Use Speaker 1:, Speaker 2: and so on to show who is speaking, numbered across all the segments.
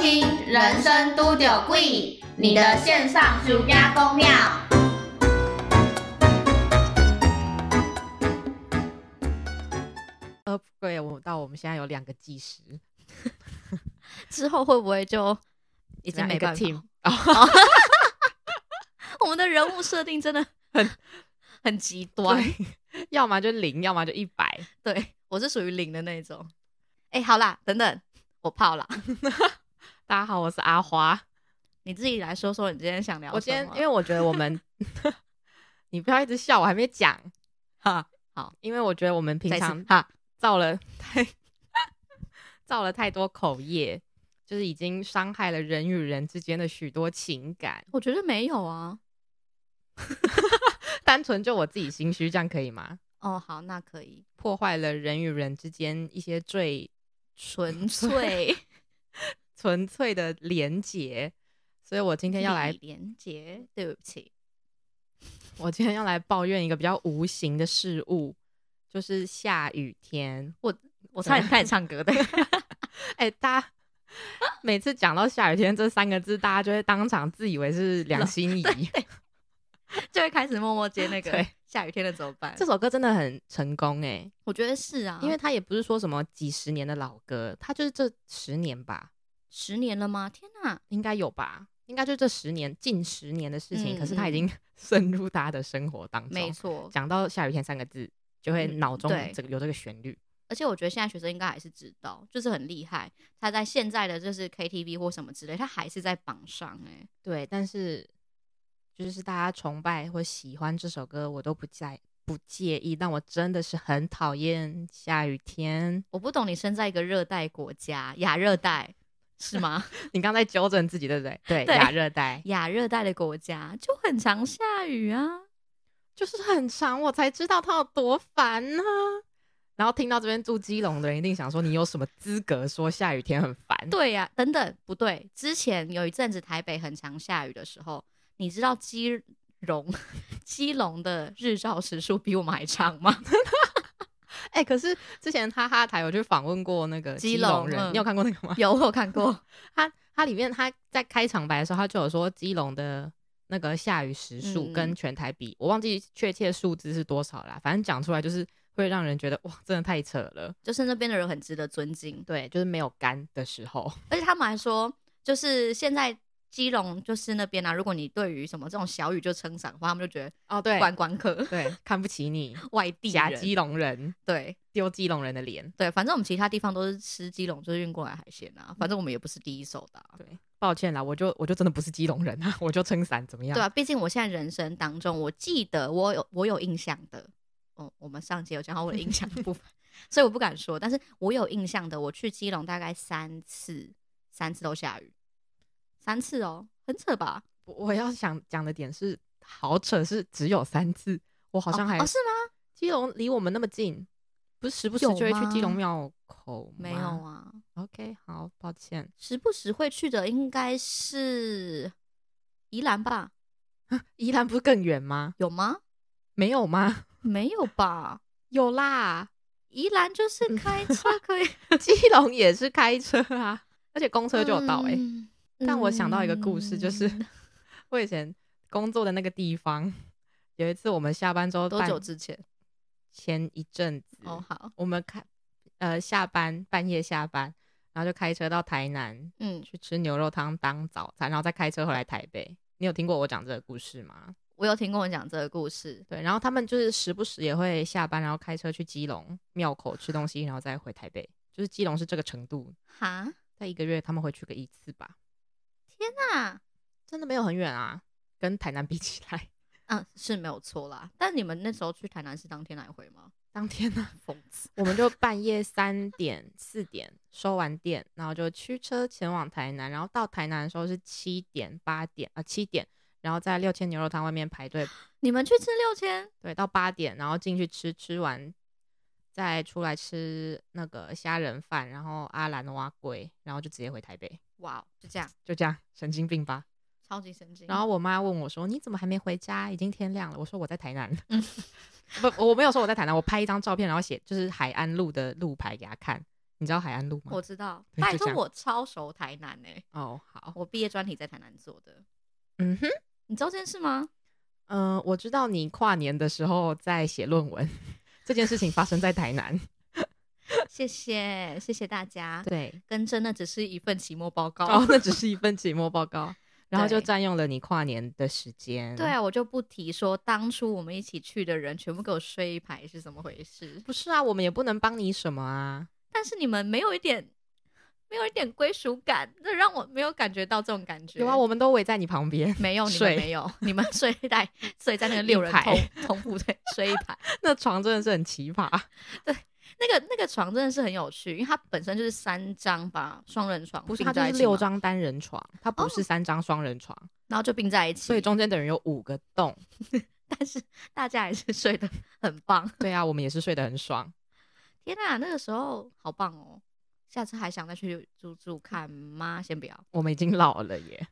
Speaker 1: 听《人生都有贵》，你的线上暑假公庙。
Speaker 2: 呃对，我到我们现在有两个技师，
Speaker 3: 之后会不会就已
Speaker 2: 已
Speaker 3: 经没
Speaker 2: 个
Speaker 3: 办法？
Speaker 2: team，哦
Speaker 3: 我们的人物设定真的很很极端。
Speaker 2: 对， 要么就零，要么就一百。
Speaker 3: 对我是属于零的那一种。哎、好啦，等等，我泡啦，
Speaker 2: 大家好，我是阿花。
Speaker 3: 你自己来说说你今天想聊什么。
Speaker 2: 我今天因为我觉得我 们，你不要一直笑，我还没 讲。
Speaker 3: 哈好，
Speaker 2: 因为我觉得我们平
Speaker 3: 再次
Speaker 2: 常
Speaker 3: 哈，
Speaker 2: 造了太造了太多口业，就是已经伤害了人与人之间的许多情感。
Speaker 3: 我觉得没有啊。
Speaker 2: 单纯就我自己心虚，这样可以吗？
Speaker 3: 哦，好，那 可以，
Speaker 2: 破坏了人与人之间一些最
Speaker 3: 纯粹
Speaker 2: 纯粹的连结，所以我今天要来
Speaker 3: 李连杰，对不起，
Speaker 2: 我今天要来抱怨一个比较无形的事物，就是下雨天。
Speaker 3: 我差点开始唱歌的。
Speaker 2: 哎、大家每次讲到下雨天这三个字，大家就会当场自以为是梁心 怡。
Speaker 3: 就会开始默默接那个
Speaker 2: 对
Speaker 3: 下雨天的怎么办？
Speaker 2: 这首歌真的很成功哎、
Speaker 3: 我觉得是啊，
Speaker 2: 因为它也不是说什么几十年的老歌，它就是这十年吧，
Speaker 3: 十年了吗？天哪！
Speaker 2: 应该有吧。应该就这十年、近十年的事情，
Speaker 3: 嗯
Speaker 2: 可是它已
Speaker 3: 嗯
Speaker 2: 经 深入大家的生活当
Speaker 3: 没
Speaker 2: 中。
Speaker 3: 错，
Speaker 2: 讲到下雨天三个字，就会
Speaker 3: 嗯
Speaker 2: 脑中
Speaker 3: 对
Speaker 2: 这个有这个旋律。
Speaker 3: 而且我觉得现在学生应该还是知道，就是很厉害，他在现在的就是 KTV 或什么之类，他还是在榜上哎、
Speaker 2: 对，但是就是大家崇拜或喜欢这首歌，我都不在不介意，但我真的是很讨厌下雨天。
Speaker 3: 我不懂你身在一个热带国家，亚热带是吗？
Speaker 2: 你刚才纠正自己，对不对？对，
Speaker 3: 对
Speaker 2: 亚热带
Speaker 3: 亚热带的国家就很常下雨啊。
Speaker 2: 就是很长，我才知道它有多烦呢、然后听到这边住基隆的人一定想说，你有什么资格说下雨天很烦？
Speaker 3: 对呀、等等，不对，之前有一阵子台北很常下雨的时候，你知道基隆基隆的日照时数比我们还长吗？
Speaker 2: 哎、可是之前哈哈台有去访问过那个
Speaker 3: 基
Speaker 2: 基隆
Speaker 3: 隆
Speaker 2: 人，
Speaker 3: 嗯
Speaker 2: 你有看过那个吗？
Speaker 3: 有，我有看过。
Speaker 2: 它它里面它在开场白的时候，它就有说基隆的那个下雨时数
Speaker 3: 嗯
Speaker 2: 跟全台比，我忘记确切数字是多少啦，反正讲出来就是会让人觉得哇，真的太扯了。
Speaker 3: 就是那边的人很值得尊敬，
Speaker 2: 对，就是没有干的时候，
Speaker 3: 而且他们还说，就是现在基隆就是那边啊，如果你对于什么这种小雨就撑伞的话，他们就觉
Speaker 2: 哦
Speaker 3: 得
Speaker 2: 对
Speaker 3: 观光客、
Speaker 2: 对，看不起你，
Speaker 3: 外地
Speaker 2: 夹
Speaker 3: 人，
Speaker 2: 基隆人，
Speaker 3: 对
Speaker 2: 丢基隆人的脸。
Speaker 3: 对，反正我们其他地方都是吃基隆就是运过来海鲜啊，反正我们也不是第一手的啊、
Speaker 2: 对，抱歉啦，我就我就真的不是基隆人啊，我就撑伞怎么样？
Speaker 3: 对啊，毕竟我现在人生当中，我记得我有我有印象的，嗯，我们上节有讲到我的印象的部分， 所以我不敢说，但是我有印象的，我去基隆大概三次，三次都下雨，三次哦，很扯吧？
Speaker 2: 我我要想讲的点是，好扯，是只有三次，我好
Speaker 3: 好
Speaker 2: 像还、
Speaker 3: 哦是吗？
Speaker 2: 基隆离我们那么近，不是时不时
Speaker 3: 有
Speaker 2: 就会去基隆
Speaker 3: 吗
Speaker 2: 庙口
Speaker 3: 没有
Speaker 2: 吗
Speaker 3: 啊，
Speaker 2: OK，好，抱歉，
Speaker 3: 时不时会去的应该是宜兰吧？
Speaker 2: 宜兰不是更远吗？
Speaker 3: 有吗？
Speaker 2: 没有嗯吗？
Speaker 3: 没有吧？
Speaker 2: 有啦，
Speaker 3: 宜兰就是开车 可以
Speaker 2: 基隆也是开车啊，而且公车就有到哎、
Speaker 3: 嗯
Speaker 2: 但我想到一个故事，就是、
Speaker 3: 嗯
Speaker 2: 我以前工作的那个地方，有一次我们下班之后
Speaker 3: 多
Speaker 2: 办
Speaker 3: 久之前？
Speaker 2: 前一阵子，
Speaker 3: 哦，好，
Speaker 2: 我们开呃下班半夜下班，然后就开车到台南
Speaker 3: 嗯，
Speaker 2: 去吃牛肉汤当早餐，然后再开车回来台北。你有听过我讲这个故事吗？
Speaker 3: 我有听过你讲这个故事，
Speaker 2: 对，然后他们就是时不时也会下班，然后开车去基隆庙口吃东西，然后再回台北。就是基隆是这个程度，
Speaker 3: 哈，
Speaker 2: 在一个月他们会去个一次吧，
Speaker 3: 那
Speaker 2: 真的没有很远啊，跟台南比起来，
Speaker 3: 嗯是没有错啦。但你们那时候去台南是当天来回吗？
Speaker 2: 当天呢、
Speaker 3: 疯子，
Speaker 2: 我们就半夜三点、四点收完店，然后就驱车前往台南，然后到台南的时候是七点、八点啊，七、点，然后在六千牛肉汤外面排队，
Speaker 3: 你们去吃六千，
Speaker 2: 对，到八点，然后进去吃，吃完再出来吃那个虾仁饭，然后阿兰蛙龟，然后就直接回台北，
Speaker 3: 哇哦，就这样，
Speaker 2: 就这样，神经病吧。
Speaker 3: 超级神经。
Speaker 2: 然后我妈问我说：“你怎么还没回家？已经天亮了。”我说：“我在台南。
Speaker 3: 嗯
Speaker 2: 不，我没有说我在台南，我拍一张照片，然后写就是海岸路的路牌给她看。你知道海岸路吗
Speaker 3: 我？知道，
Speaker 2: 对
Speaker 3: 拜
Speaker 2: 就这
Speaker 3: 托
Speaker 2: 样
Speaker 3: 我超熟台南呢、
Speaker 2: 哦，好，
Speaker 3: 我毕业专题在台南做的，
Speaker 2: 嗯哼，
Speaker 3: 你知道这件事吗？
Speaker 2: 嗯、我知道你跨年的时候在写论文， 这件事情发生在台 南。
Speaker 3: 谢谢，谢谢大家。
Speaker 2: 对，
Speaker 3: 跟真的只是一份期末报告。
Speaker 2: 哦，那只是一份期末报告，然后就
Speaker 3: 对
Speaker 2: 占用了你跨年的时间。
Speaker 3: 对啊，我就不提说当初我们一起去的人全部给我睡一排是怎么回事。
Speaker 2: 不是啊，我们也不能帮你什么啊。
Speaker 3: 但是你们没有一点，没有一点归属感，这让我没有感觉到这种感觉。
Speaker 2: 有啊，我们都围在你旁边，
Speaker 3: 没有，你们
Speaker 2: 睡
Speaker 3: 没有，你们睡在 睡在那个六人
Speaker 2: 排
Speaker 3: 同同步在睡一排。
Speaker 2: 那床真的是很奇葩。
Speaker 3: 那个那个床真的是很有趣，因为它本身就是三张吧，双人床，
Speaker 2: 不是，它就
Speaker 3: 并在
Speaker 2: 是
Speaker 3: 一起
Speaker 2: 六
Speaker 3: 嘛，
Speaker 2: 张单人床，它不是三张双人床，
Speaker 3: 然后就并在一起。
Speaker 2: 所以中间等于有五个洞。
Speaker 3: 但是大家还是 睡得很棒。
Speaker 2: 对啊，我们也是睡得很爽。
Speaker 3: 天呐，那个时候好棒哦！下次还想再去住住看吗？先不要，
Speaker 2: 我们已经老了耶，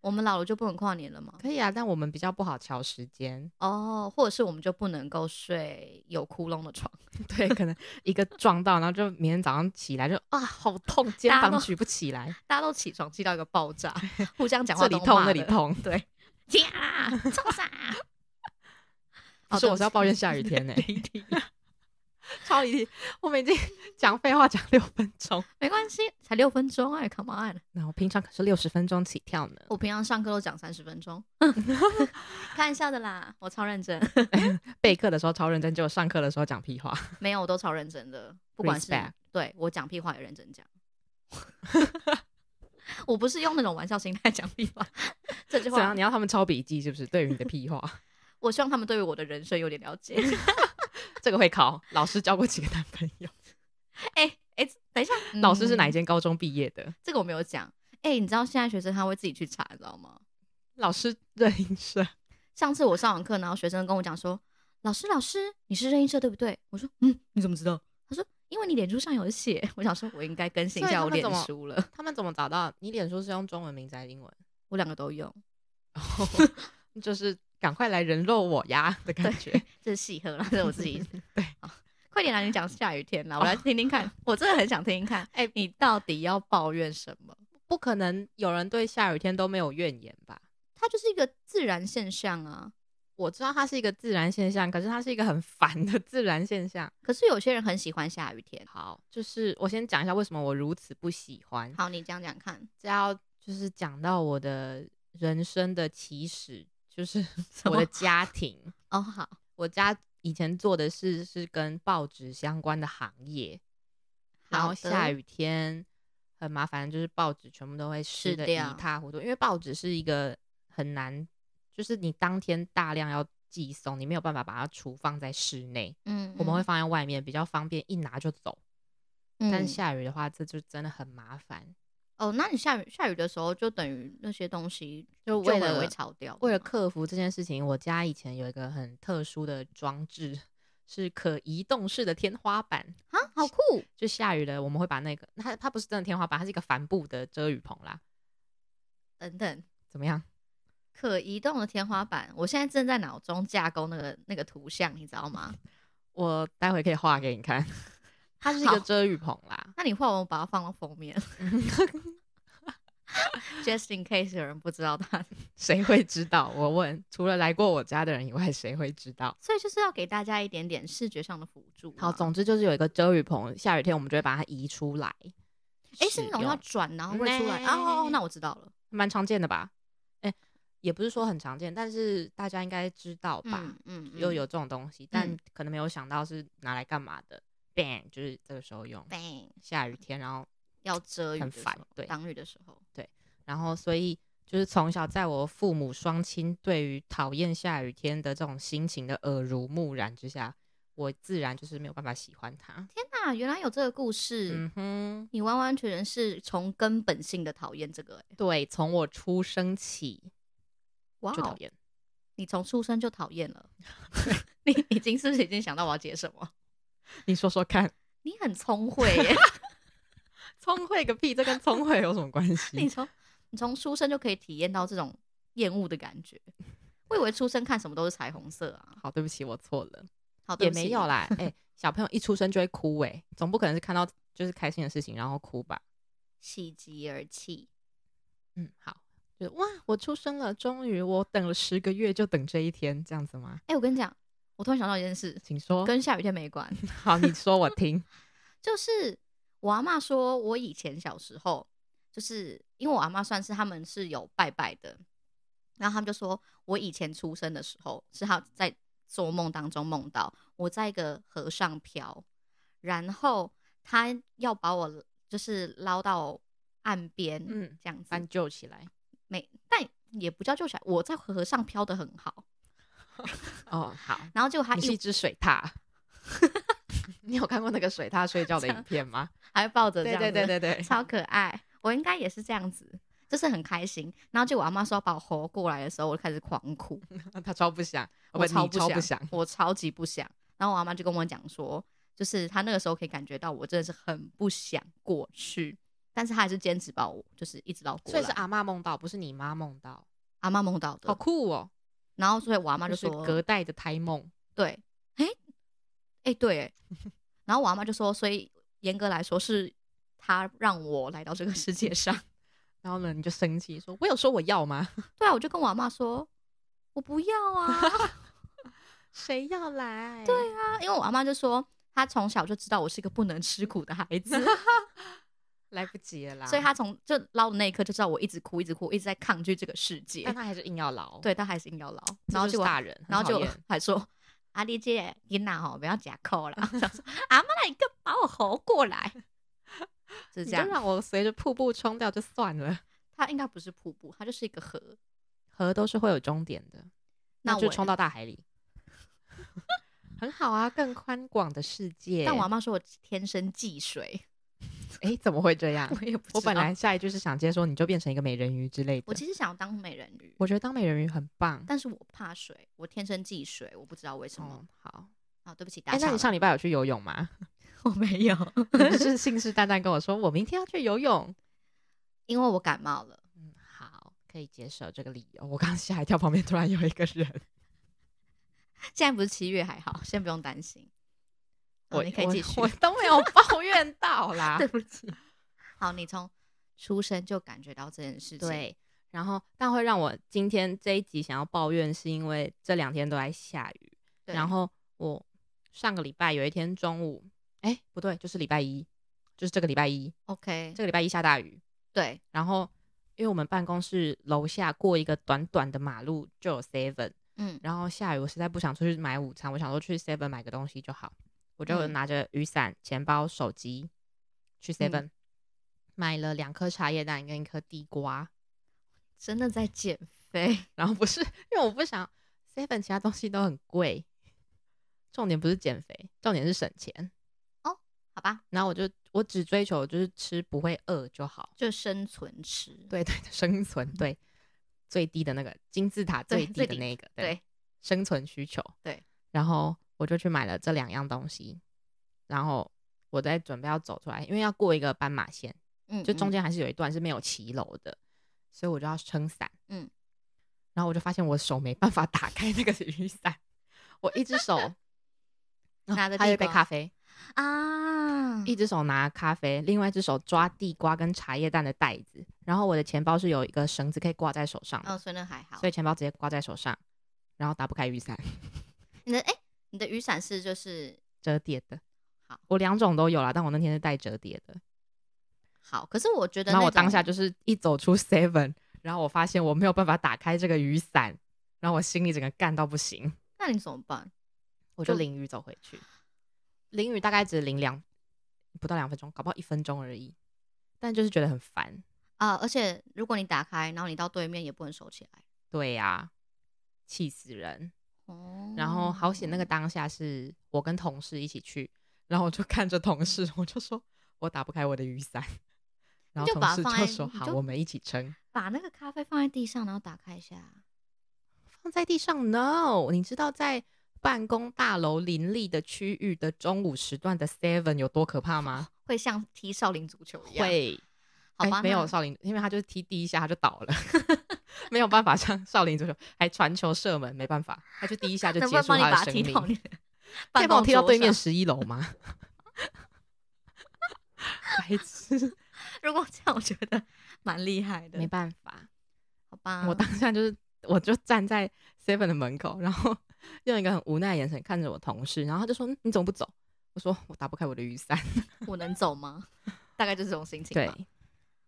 Speaker 3: 我们老了就不能跨年了吗？
Speaker 2: 可以啊，但我们比较不好调时间，
Speaker 3: 哦，或者是我们就不能够睡有窟窿的床？
Speaker 2: 对，可能一个撞到，然后就明天早上起来就啊，好痛，肩
Speaker 3: 大家
Speaker 2: 膀
Speaker 3: 都
Speaker 2: 举不起 来，
Speaker 3: 大家都起床气到一个爆炸，互相讲
Speaker 2: 这
Speaker 3: 话
Speaker 2: 里
Speaker 3: 都
Speaker 2: 痛
Speaker 3: 骂
Speaker 2: 那里
Speaker 3: 的，
Speaker 2: 痛。
Speaker 3: 对，天啊，臭傻！
Speaker 2: 不
Speaker 3: 哦
Speaker 2: 是，
Speaker 3: 对
Speaker 2: 我是要
Speaker 3: 不起
Speaker 2: 抱怨下雨天呢、
Speaker 3: 离题
Speaker 2: 超离题，我们已经 讲废话讲六分钟，
Speaker 3: 没关系，才六分钟哎，Come on！
Speaker 2: 那我平常可是六十分钟起跳呢。
Speaker 3: 我平常上课都讲三十分钟， 开玩笑的啦，我超认真，
Speaker 2: 备课的时候超认真，结果上课的时候讲屁话。
Speaker 3: 没有，我都超认真的，不管是
Speaker 2: Respect
Speaker 3: 对我讲屁话也认真讲。 我不是用那种玩笑心态 讲屁话，这句
Speaker 2: 怎样？
Speaker 3: 话
Speaker 2: 啊你要他们抄笔记是不是？对于你的屁 话，
Speaker 3: 我希望他们对于我的人生有点了解。
Speaker 2: 这个会考。老师交过几个男朋友？
Speaker 3: 哎哎、等一下，
Speaker 2: 老师是哪一
Speaker 3: 嗯
Speaker 2: 间高中毕业的？
Speaker 3: 这个我没有讲。哎、你知道现在学生他会自己去查，你知道吗？
Speaker 2: 老师任音社。
Speaker 3: 上次我上完课，然后学生跟我讲说：“老师，老师，你是任意社对不对？”我说：“嗯，你怎么知道？”他说：“因为你脸书上有写。” 我想说，我应该更新一
Speaker 2: 所以
Speaker 3: 下
Speaker 2: 他
Speaker 3: 我
Speaker 2: 们
Speaker 3: 脸
Speaker 2: 怎么
Speaker 3: 书了。
Speaker 2: 他们怎么找到你？脸书是用中文名字还是英文？
Speaker 3: 我两个都用，
Speaker 2: 就是赶快来人肉我呀的感觉。
Speaker 3: 这是戏喝啦，这是我自己。
Speaker 2: 对
Speaker 3: 好，快点来，你讲下雨天啦，我来听听 看。我真的很想听听看，哦哎、你到底要抱怨什么？
Speaker 2: 不可能有人对下雨天都没有怨言吧？
Speaker 3: 它就是一个自然现象啊。
Speaker 2: 我知道它是一个自然现象，可是它是一个很烦的自然现象。
Speaker 3: 可是有些人很喜欢下雨天。
Speaker 2: 好，就是我先讲一下为什么我如此不喜欢。
Speaker 3: 好，你讲讲看，
Speaker 2: 这要就是讲到我的人生的起始，就是 我
Speaker 3: 么
Speaker 2: 的家庭。
Speaker 3: 哦，好，
Speaker 2: 我家以前做的事是跟报纸相关的行业，然
Speaker 3: 好
Speaker 2: 后
Speaker 3: 的
Speaker 2: 下雨天很麻烦，就是报纸全部都会湿
Speaker 3: 湿
Speaker 2: 的
Speaker 3: 掉
Speaker 2: 一塌糊涂，因为报纸是一个很难，就是你当天大量要寄送，你没有办法把它储放在室内，
Speaker 3: 嗯，
Speaker 2: 我们会放在外面比较方便，一拿就走。
Speaker 3: 嗯，
Speaker 2: 但
Speaker 3: 嗯
Speaker 2: 是下雨的话，这就真的很麻烦。
Speaker 3: 哦，那你下雨下雨的时候，就等于那些东西
Speaker 2: 就
Speaker 3: 就
Speaker 2: 为
Speaker 3: 会
Speaker 2: 了
Speaker 3: 会潮掉的嘛，
Speaker 2: 为了克服这件事情，我家以前有一个很特殊的装置，是可移动式的天花板。
Speaker 3: 啊，好酷！
Speaker 2: 就下雨了，我们会把那个它它不是真的天花板，它是一个帆布的遮雨棚啦。
Speaker 3: 等等，
Speaker 2: 怎么样？
Speaker 3: 可移动的天花板，我现在正在脑中架构那个那个图像，你知道吗？
Speaker 2: 我待会可以画给你看。 它就是一个
Speaker 3: 好
Speaker 2: 遮雨棚啦，
Speaker 3: 那你画完我把它放到 封面，just in case 有人不知道它。
Speaker 2: 谁会知道？我问，除了来过我家的人以外，谁会知道？
Speaker 3: 所以就是要给大家一点点视觉上的辅助啊。
Speaker 2: 好，总之就是有一个遮雨棚，下雨天我们就会把它移出来。
Speaker 3: 哎、是那种
Speaker 2: 使
Speaker 3: 要
Speaker 2: 用
Speaker 3: 转然后会出来
Speaker 2: 嗯
Speaker 3: 啊哦，哦那我知道了。
Speaker 2: 蛮常见的吧？哎、也不是说很常见，但是大家应该知道吧？
Speaker 3: 嗯嗯，
Speaker 2: 又
Speaker 3: 嗯
Speaker 2: 有这种东西，但可能没有想到是拿来干嘛的。bang 就是这个时候用，
Speaker 3: bang
Speaker 2: 下雨天，然后
Speaker 3: 要遮雨
Speaker 2: 很
Speaker 3: 的时
Speaker 2: 烦
Speaker 3: 候，
Speaker 2: 对
Speaker 3: 挡雨的时候，
Speaker 2: 然后所以就是从小在我父母双亲对于讨厌下雨天的这种心情的耳濡目染之下，我自然就是没有办法喜欢它。
Speaker 3: 天哪，原来有这个故事。
Speaker 2: 嗯哼，
Speaker 3: 你完完全全是从根本性的讨厌这个、欸，
Speaker 2: 对，从我出生起
Speaker 3: 哇、
Speaker 2: 就讨
Speaker 3: 哦，
Speaker 2: 厌。
Speaker 3: 你从出生就讨厌 了， 你已经是不是已经想到我要接什么？
Speaker 2: 你说说看，
Speaker 3: 你很聪慧耶、
Speaker 2: 聪慧个屁，这跟聪慧有什么关
Speaker 3: 你
Speaker 2: 系？
Speaker 3: 从你从出生就可以体验到这种厌恶的感觉。我以为出生看什么都是彩虹色啊，
Speaker 2: 好，对不起，我错了，
Speaker 3: 好，对
Speaker 2: 也
Speaker 3: 不起
Speaker 2: 欸没有，啦。哎、小朋友一出生就会哭、哎，总不可能是看到就是开心的事情，然后哭吧。
Speaker 3: 喜极而泣。
Speaker 2: 嗯，好，就是哇，我出生了，终于我等了十个月，就等这一天，这样子吗？
Speaker 3: 哎、我跟你讲，我突然想到一件事，
Speaker 2: 请说。
Speaker 3: 跟下雨天没关，
Speaker 2: 好，你说我听。
Speaker 3: 就是我阿妈说，我以前小时候，就是因为我阿妈算是他们是有拜拜的，然后他们就说我以前出生的时候，是他在做梦当中梦到我在一个河上漂，然后他要把我就是捞到岸边，
Speaker 2: 嗯
Speaker 3: 嗯，这样 子
Speaker 2: 翻救起来。
Speaker 3: 没，但也不叫救起来，我在河上漂的很好，
Speaker 2: 哦，好，
Speaker 3: 然后结果他
Speaker 2: 你是一
Speaker 3: 一
Speaker 2: 只水獭。 你有看过那个水獭睡觉的影片吗？
Speaker 3: 还会抱着这
Speaker 2: 对
Speaker 3: 样子，
Speaker 2: 对对对对，
Speaker 3: 超可爱。我应该也是这样子，就是很开心。然后就我阿妈说要把我吼过来的时候，我就开始狂哭，
Speaker 2: 他超不想，哦
Speaker 3: 我
Speaker 2: 不，
Speaker 3: 超
Speaker 2: 你
Speaker 3: 不
Speaker 2: 超不想
Speaker 3: 想，，我超级不想。然后我阿妈就跟我讲说，就是她那个时候可以感觉到我真的是很不想过去，但是她还是坚持把我就是一直到过
Speaker 2: 所
Speaker 3: 来。
Speaker 2: 以是阿妈梦到，不是你妈梦到，
Speaker 3: 阿妈梦到
Speaker 2: 好
Speaker 3: 的，
Speaker 2: 酷哦！
Speaker 3: 然后所以我阿妈
Speaker 2: 就
Speaker 3: 就是说，
Speaker 2: 隔代的胎梦，
Speaker 3: 对，哎、诶哎、对、诶然后我阿妈就说，所以严格来说是她让我来到这个世界上。
Speaker 2: 然后呢你就生气说：“我有说我要吗？
Speaker 3: 对啊，我就跟我阿妈说，我不要 啊。
Speaker 2: 谁要来？”
Speaker 3: 对 啊，因为我阿妈就说，她从小就知道我是一个不能吃苦的孩子，
Speaker 2: 来不及了啦。
Speaker 3: 所以她从就捞的那一刻就知道我一直哭，一直哭，一直在抗拒这个世界
Speaker 2: 但。他还是硬要捞。，
Speaker 3: 对，但还是硬要捞，
Speaker 2: 这
Speaker 3: 然后
Speaker 2: 就是
Speaker 3: 结果，
Speaker 2: 大人，很
Speaker 3: 然后
Speaker 2: 讨
Speaker 3: 就
Speaker 2: 厌
Speaker 3: 还说。阿丽姐，你娜吼，不要夹扣了。 我想说阿妈，那你更把我吼过来，就是
Speaker 2: 你
Speaker 3: 这
Speaker 2: 就
Speaker 3: 样。
Speaker 2: 让我随着瀑布冲掉就算了。
Speaker 3: 它应该不是瀑布，它就是一个河。
Speaker 2: 河都是会有终点的，
Speaker 3: 那
Speaker 2: 就
Speaker 3: 我
Speaker 2: 冲到大海里， 很好啊，更宽广的世界。
Speaker 3: 但我阿妈说我天生 忌水，
Speaker 2: 哎，怎么会这样？
Speaker 3: 我也不知道。
Speaker 2: 我本来下一句是想接说你就变成一个美人鱼之类的。
Speaker 3: 我其实想要当美人鱼，
Speaker 2: 我觉得当美人鱼很棒。
Speaker 3: 但是我怕水，我天生忌水，我不知道为什么。
Speaker 2: 哦，好。
Speaker 3: 啊，对不起，打
Speaker 2: 哎，那
Speaker 3: 岔
Speaker 2: 你
Speaker 3: 了。
Speaker 2: 上礼拜有去游泳吗？
Speaker 3: 我没有，
Speaker 2: 你不是信誓旦旦跟我说我明天要去游泳。
Speaker 3: 因为我感冒了。
Speaker 2: 嗯，好，可以接受这个理由。我刚吓一跳，旁边突然有一个 人，
Speaker 3: 现在不是七月还好，先不用担心。好
Speaker 2: 我
Speaker 3: 你可以
Speaker 2: 我
Speaker 3: 继续
Speaker 2: 我。 都没有抱怨到啦。
Speaker 3: 对不起。 好，你从出生就感觉到这件事情。，
Speaker 2: 对，然后但会让我今天这一集想要抱怨，是因为这两天都在下雨。
Speaker 3: 对
Speaker 2: 然后我上个礼拜有一天中午，哎、不对，就是礼拜一，就是这个礼拜一，
Speaker 3: OK，
Speaker 2: 这个礼拜一下大雨，
Speaker 3: 对，
Speaker 2: 然后因为我们办公室楼下过一个短短的马路就有 Seven，
Speaker 3: 嗯，
Speaker 2: 然后下雨，我实在不想出去买午餐，我想说去 Seven 买个东西就好，我就
Speaker 3: 嗯
Speaker 2: 拿着雨伞、钱包、手机去 Seven、买了两颗茶叶蛋跟一颗地瓜，
Speaker 3: 真的在减肥。
Speaker 2: 然后不是因为我不想 Seven 其他东西都很贵，重点不是减肥，重点是省钱。
Speaker 3: 好吧，
Speaker 2: 然后我就我只追求就是吃不会饿就好，
Speaker 3: 就生存吃。
Speaker 2: 对对，对生存对最低的那个金字塔最
Speaker 3: 嗯对
Speaker 2: 低
Speaker 3: 最
Speaker 2: 的
Speaker 3: 底
Speaker 2: 那个
Speaker 3: 对，
Speaker 2: 生存需求。
Speaker 3: 对，
Speaker 2: 然后我就去买了这两样东西，然后我在准备要走出来，因为要过一个斑马线，
Speaker 3: 嗯，
Speaker 2: 就中
Speaker 3: 嗯
Speaker 2: 间还是有一段是没有骑楼的，所以我就要撑伞。
Speaker 3: 嗯，
Speaker 2: 然后我就发现我手没办法打开那个雨伞， 我一只手哦
Speaker 3: 拿着
Speaker 2: 还有一
Speaker 3: 地
Speaker 2: 杯
Speaker 3: 瓜
Speaker 2: 咖啡，
Speaker 3: 啊，
Speaker 2: 一只手拿咖啡，另外一只手抓地瓜跟茶叶蛋的袋子，然后我的钱包是有一个绳子可以挂在手上的，
Speaker 3: 嗯，所以那还好。
Speaker 2: 所以钱包直接挂在手上，然后打不开雨伞。
Speaker 3: 你的哎、你的雨伞是就是
Speaker 2: 折叠的。
Speaker 3: 好，
Speaker 2: 我两种都有啦，但我那天是带折叠的。
Speaker 3: 好，可是我觉得
Speaker 2: 然后我当下
Speaker 3: 就
Speaker 2: 就是一走出 Seven，然后我发现我没有办法打开这个雨伞，然后我心里整个干到不行，
Speaker 3: 那你怎么办？
Speaker 2: 我就
Speaker 3: 就
Speaker 2: 淋雨走回去。淋雨大概只淋两不到两分钟，搞不好一分钟而已，但就是觉得很烦。
Speaker 3: 啊、而且如果你打开，然后你到对面也不能收起来。
Speaker 2: 对呀、气死人！
Speaker 3: 哦
Speaker 2: 然后好险，那个当下是我跟同事一起去，然后我就看着同事，我就说我打不开我的雨伞，然后
Speaker 3: 就
Speaker 2: 同
Speaker 3: 把它
Speaker 2: 事
Speaker 3: 放
Speaker 2: 就
Speaker 3: 在
Speaker 2: 说
Speaker 3: 你
Speaker 2: 好，
Speaker 3: 就
Speaker 2: 我们一起撑。
Speaker 3: 把那个咖啡放在地上，然后打开一下。
Speaker 2: 放在地上？No，你知道在办公大楼林立的区域的中午时段的 Seven 有多可怕吗？
Speaker 3: 会像踢少林足球一样，
Speaker 2: 会，
Speaker 3: 好
Speaker 2: 哎
Speaker 3: 吧？
Speaker 2: 没有
Speaker 3: 那
Speaker 2: 少林，因为他就是踢第一下他就倒了， 没有办法像少林足球还传球射门，没办法，他就第一下就
Speaker 3: 能不
Speaker 2: 结
Speaker 3: 能
Speaker 2: 束
Speaker 3: 帮你
Speaker 2: 他
Speaker 3: 把
Speaker 2: 的
Speaker 3: 它
Speaker 2: 生
Speaker 3: 踢
Speaker 2: 命
Speaker 3: 到。你的
Speaker 2: 可以
Speaker 3: 办
Speaker 2: 帮我
Speaker 3: 公
Speaker 2: 踢到
Speaker 3: 桌
Speaker 2: 对面
Speaker 3: 上？
Speaker 2: 十一楼吗？ 白痴，
Speaker 3: 如果这样，我觉得 蛮厉害 的
Speaker 2: 没。办法。
Speaker 3: 好吧，
Speaker 2: 我当下就是，我就站在 Seven 的门口，然后 用一个很无奈的眼神看着我同事，然后他就说：“嗯你怎么不走？”我说：“我打不开我的雨伞。
Speaker 3: 我能走吗？大概就是这种心”情
Speaker 2: 对
Speaker 3: 吧。，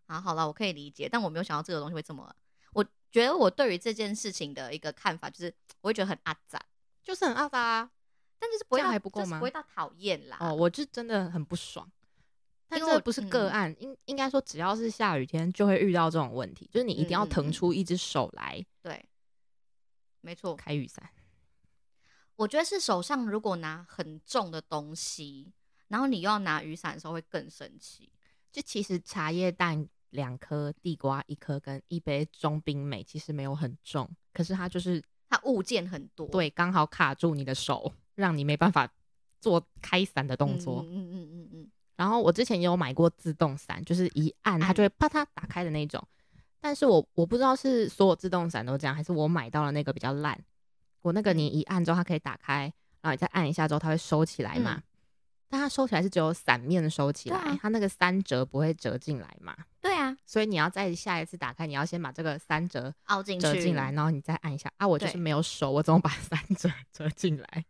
Speaker 3: 啊，好了，我可以理解，但我没有想到这个东西会这么。我觉得我对于这件事情的一个看法就是，我会觉得很阿杂，
Speaker 2: 就是很阿杂啊。
Speaker 3: 但就是不
Speaker 2: 这
Speaker 3: 会
Speaker 2: 样
Speaker 3: 到
Speaker 2: 还不够
Speaker 3: 就是
Speaker 2: 吗
Speaker 3: 不会到讨厌啦。
Speaker 2: 哦，我是真的很不爽。但
Speaker 3: 因
Speaker 2: 这
Speaker 3: 为我
Speaker 2: 个不是个
Speaker 3: 嗯
Speaker 2: 案，应应该说，只要是下雨天就会遇到这种问题，就是你一定要
Speaker 3: 嗯嗯
Speaker 2: 腾
Speaker 3: 嗯
Speaker 2: 出一只手来
Speaker 3: 对，没错，
Speaker 2: 开雨伞。
Speaker 3: 我觉得是手上如果拿很重的东西，然后你又要拿雨伞的时候会更生气。
Speaker 2: 就其实茶叶蛋两颗、地瓜一颗跟一杯中冰美其实没有很重，可是它就是
Speaker 3: 它物件很多，嗯
Speaker 2: 对刚好卡住你的手，让你没办法做开伞的
Speaker 3: 嗯，
Speaker 2: 动作。
Speaker 3: 嗯嗯嗯嗯嗯，
Speaker 2: 然后我之前也有买过自动伞，就是一按它
Speaker 3: 按
Speaker 2: 就会啪嗒打开的那种。但是我我不知道是所有自动伞都这样，还是我买到了那个比较烂。我那个
Speaker 3: 嗯
Speaker 2: 你一按之后它可以打开，然后你再按一下之后它会收起来嘛。
Speaker 3: 嗯
Speaker 2: 但它收起来是只有伞面收起
Speaker 3: 对
Speaker 2: 来，
Speaker 3: 啊
Speaker 2: 它那个三折不会折进来嘛。
Speaker 3: 对啊，
Speaker 2: 所以你要再下一次打开，你要先把这个三折
Speaker 3: 凹进
Speaker 2: 折
Speaker 3: 去
Speaker 2: 进来，然后你再按一下。啊，我就是
Speaker 3: 对
Speaker 2: 没有手，我怎么把三 折折进来？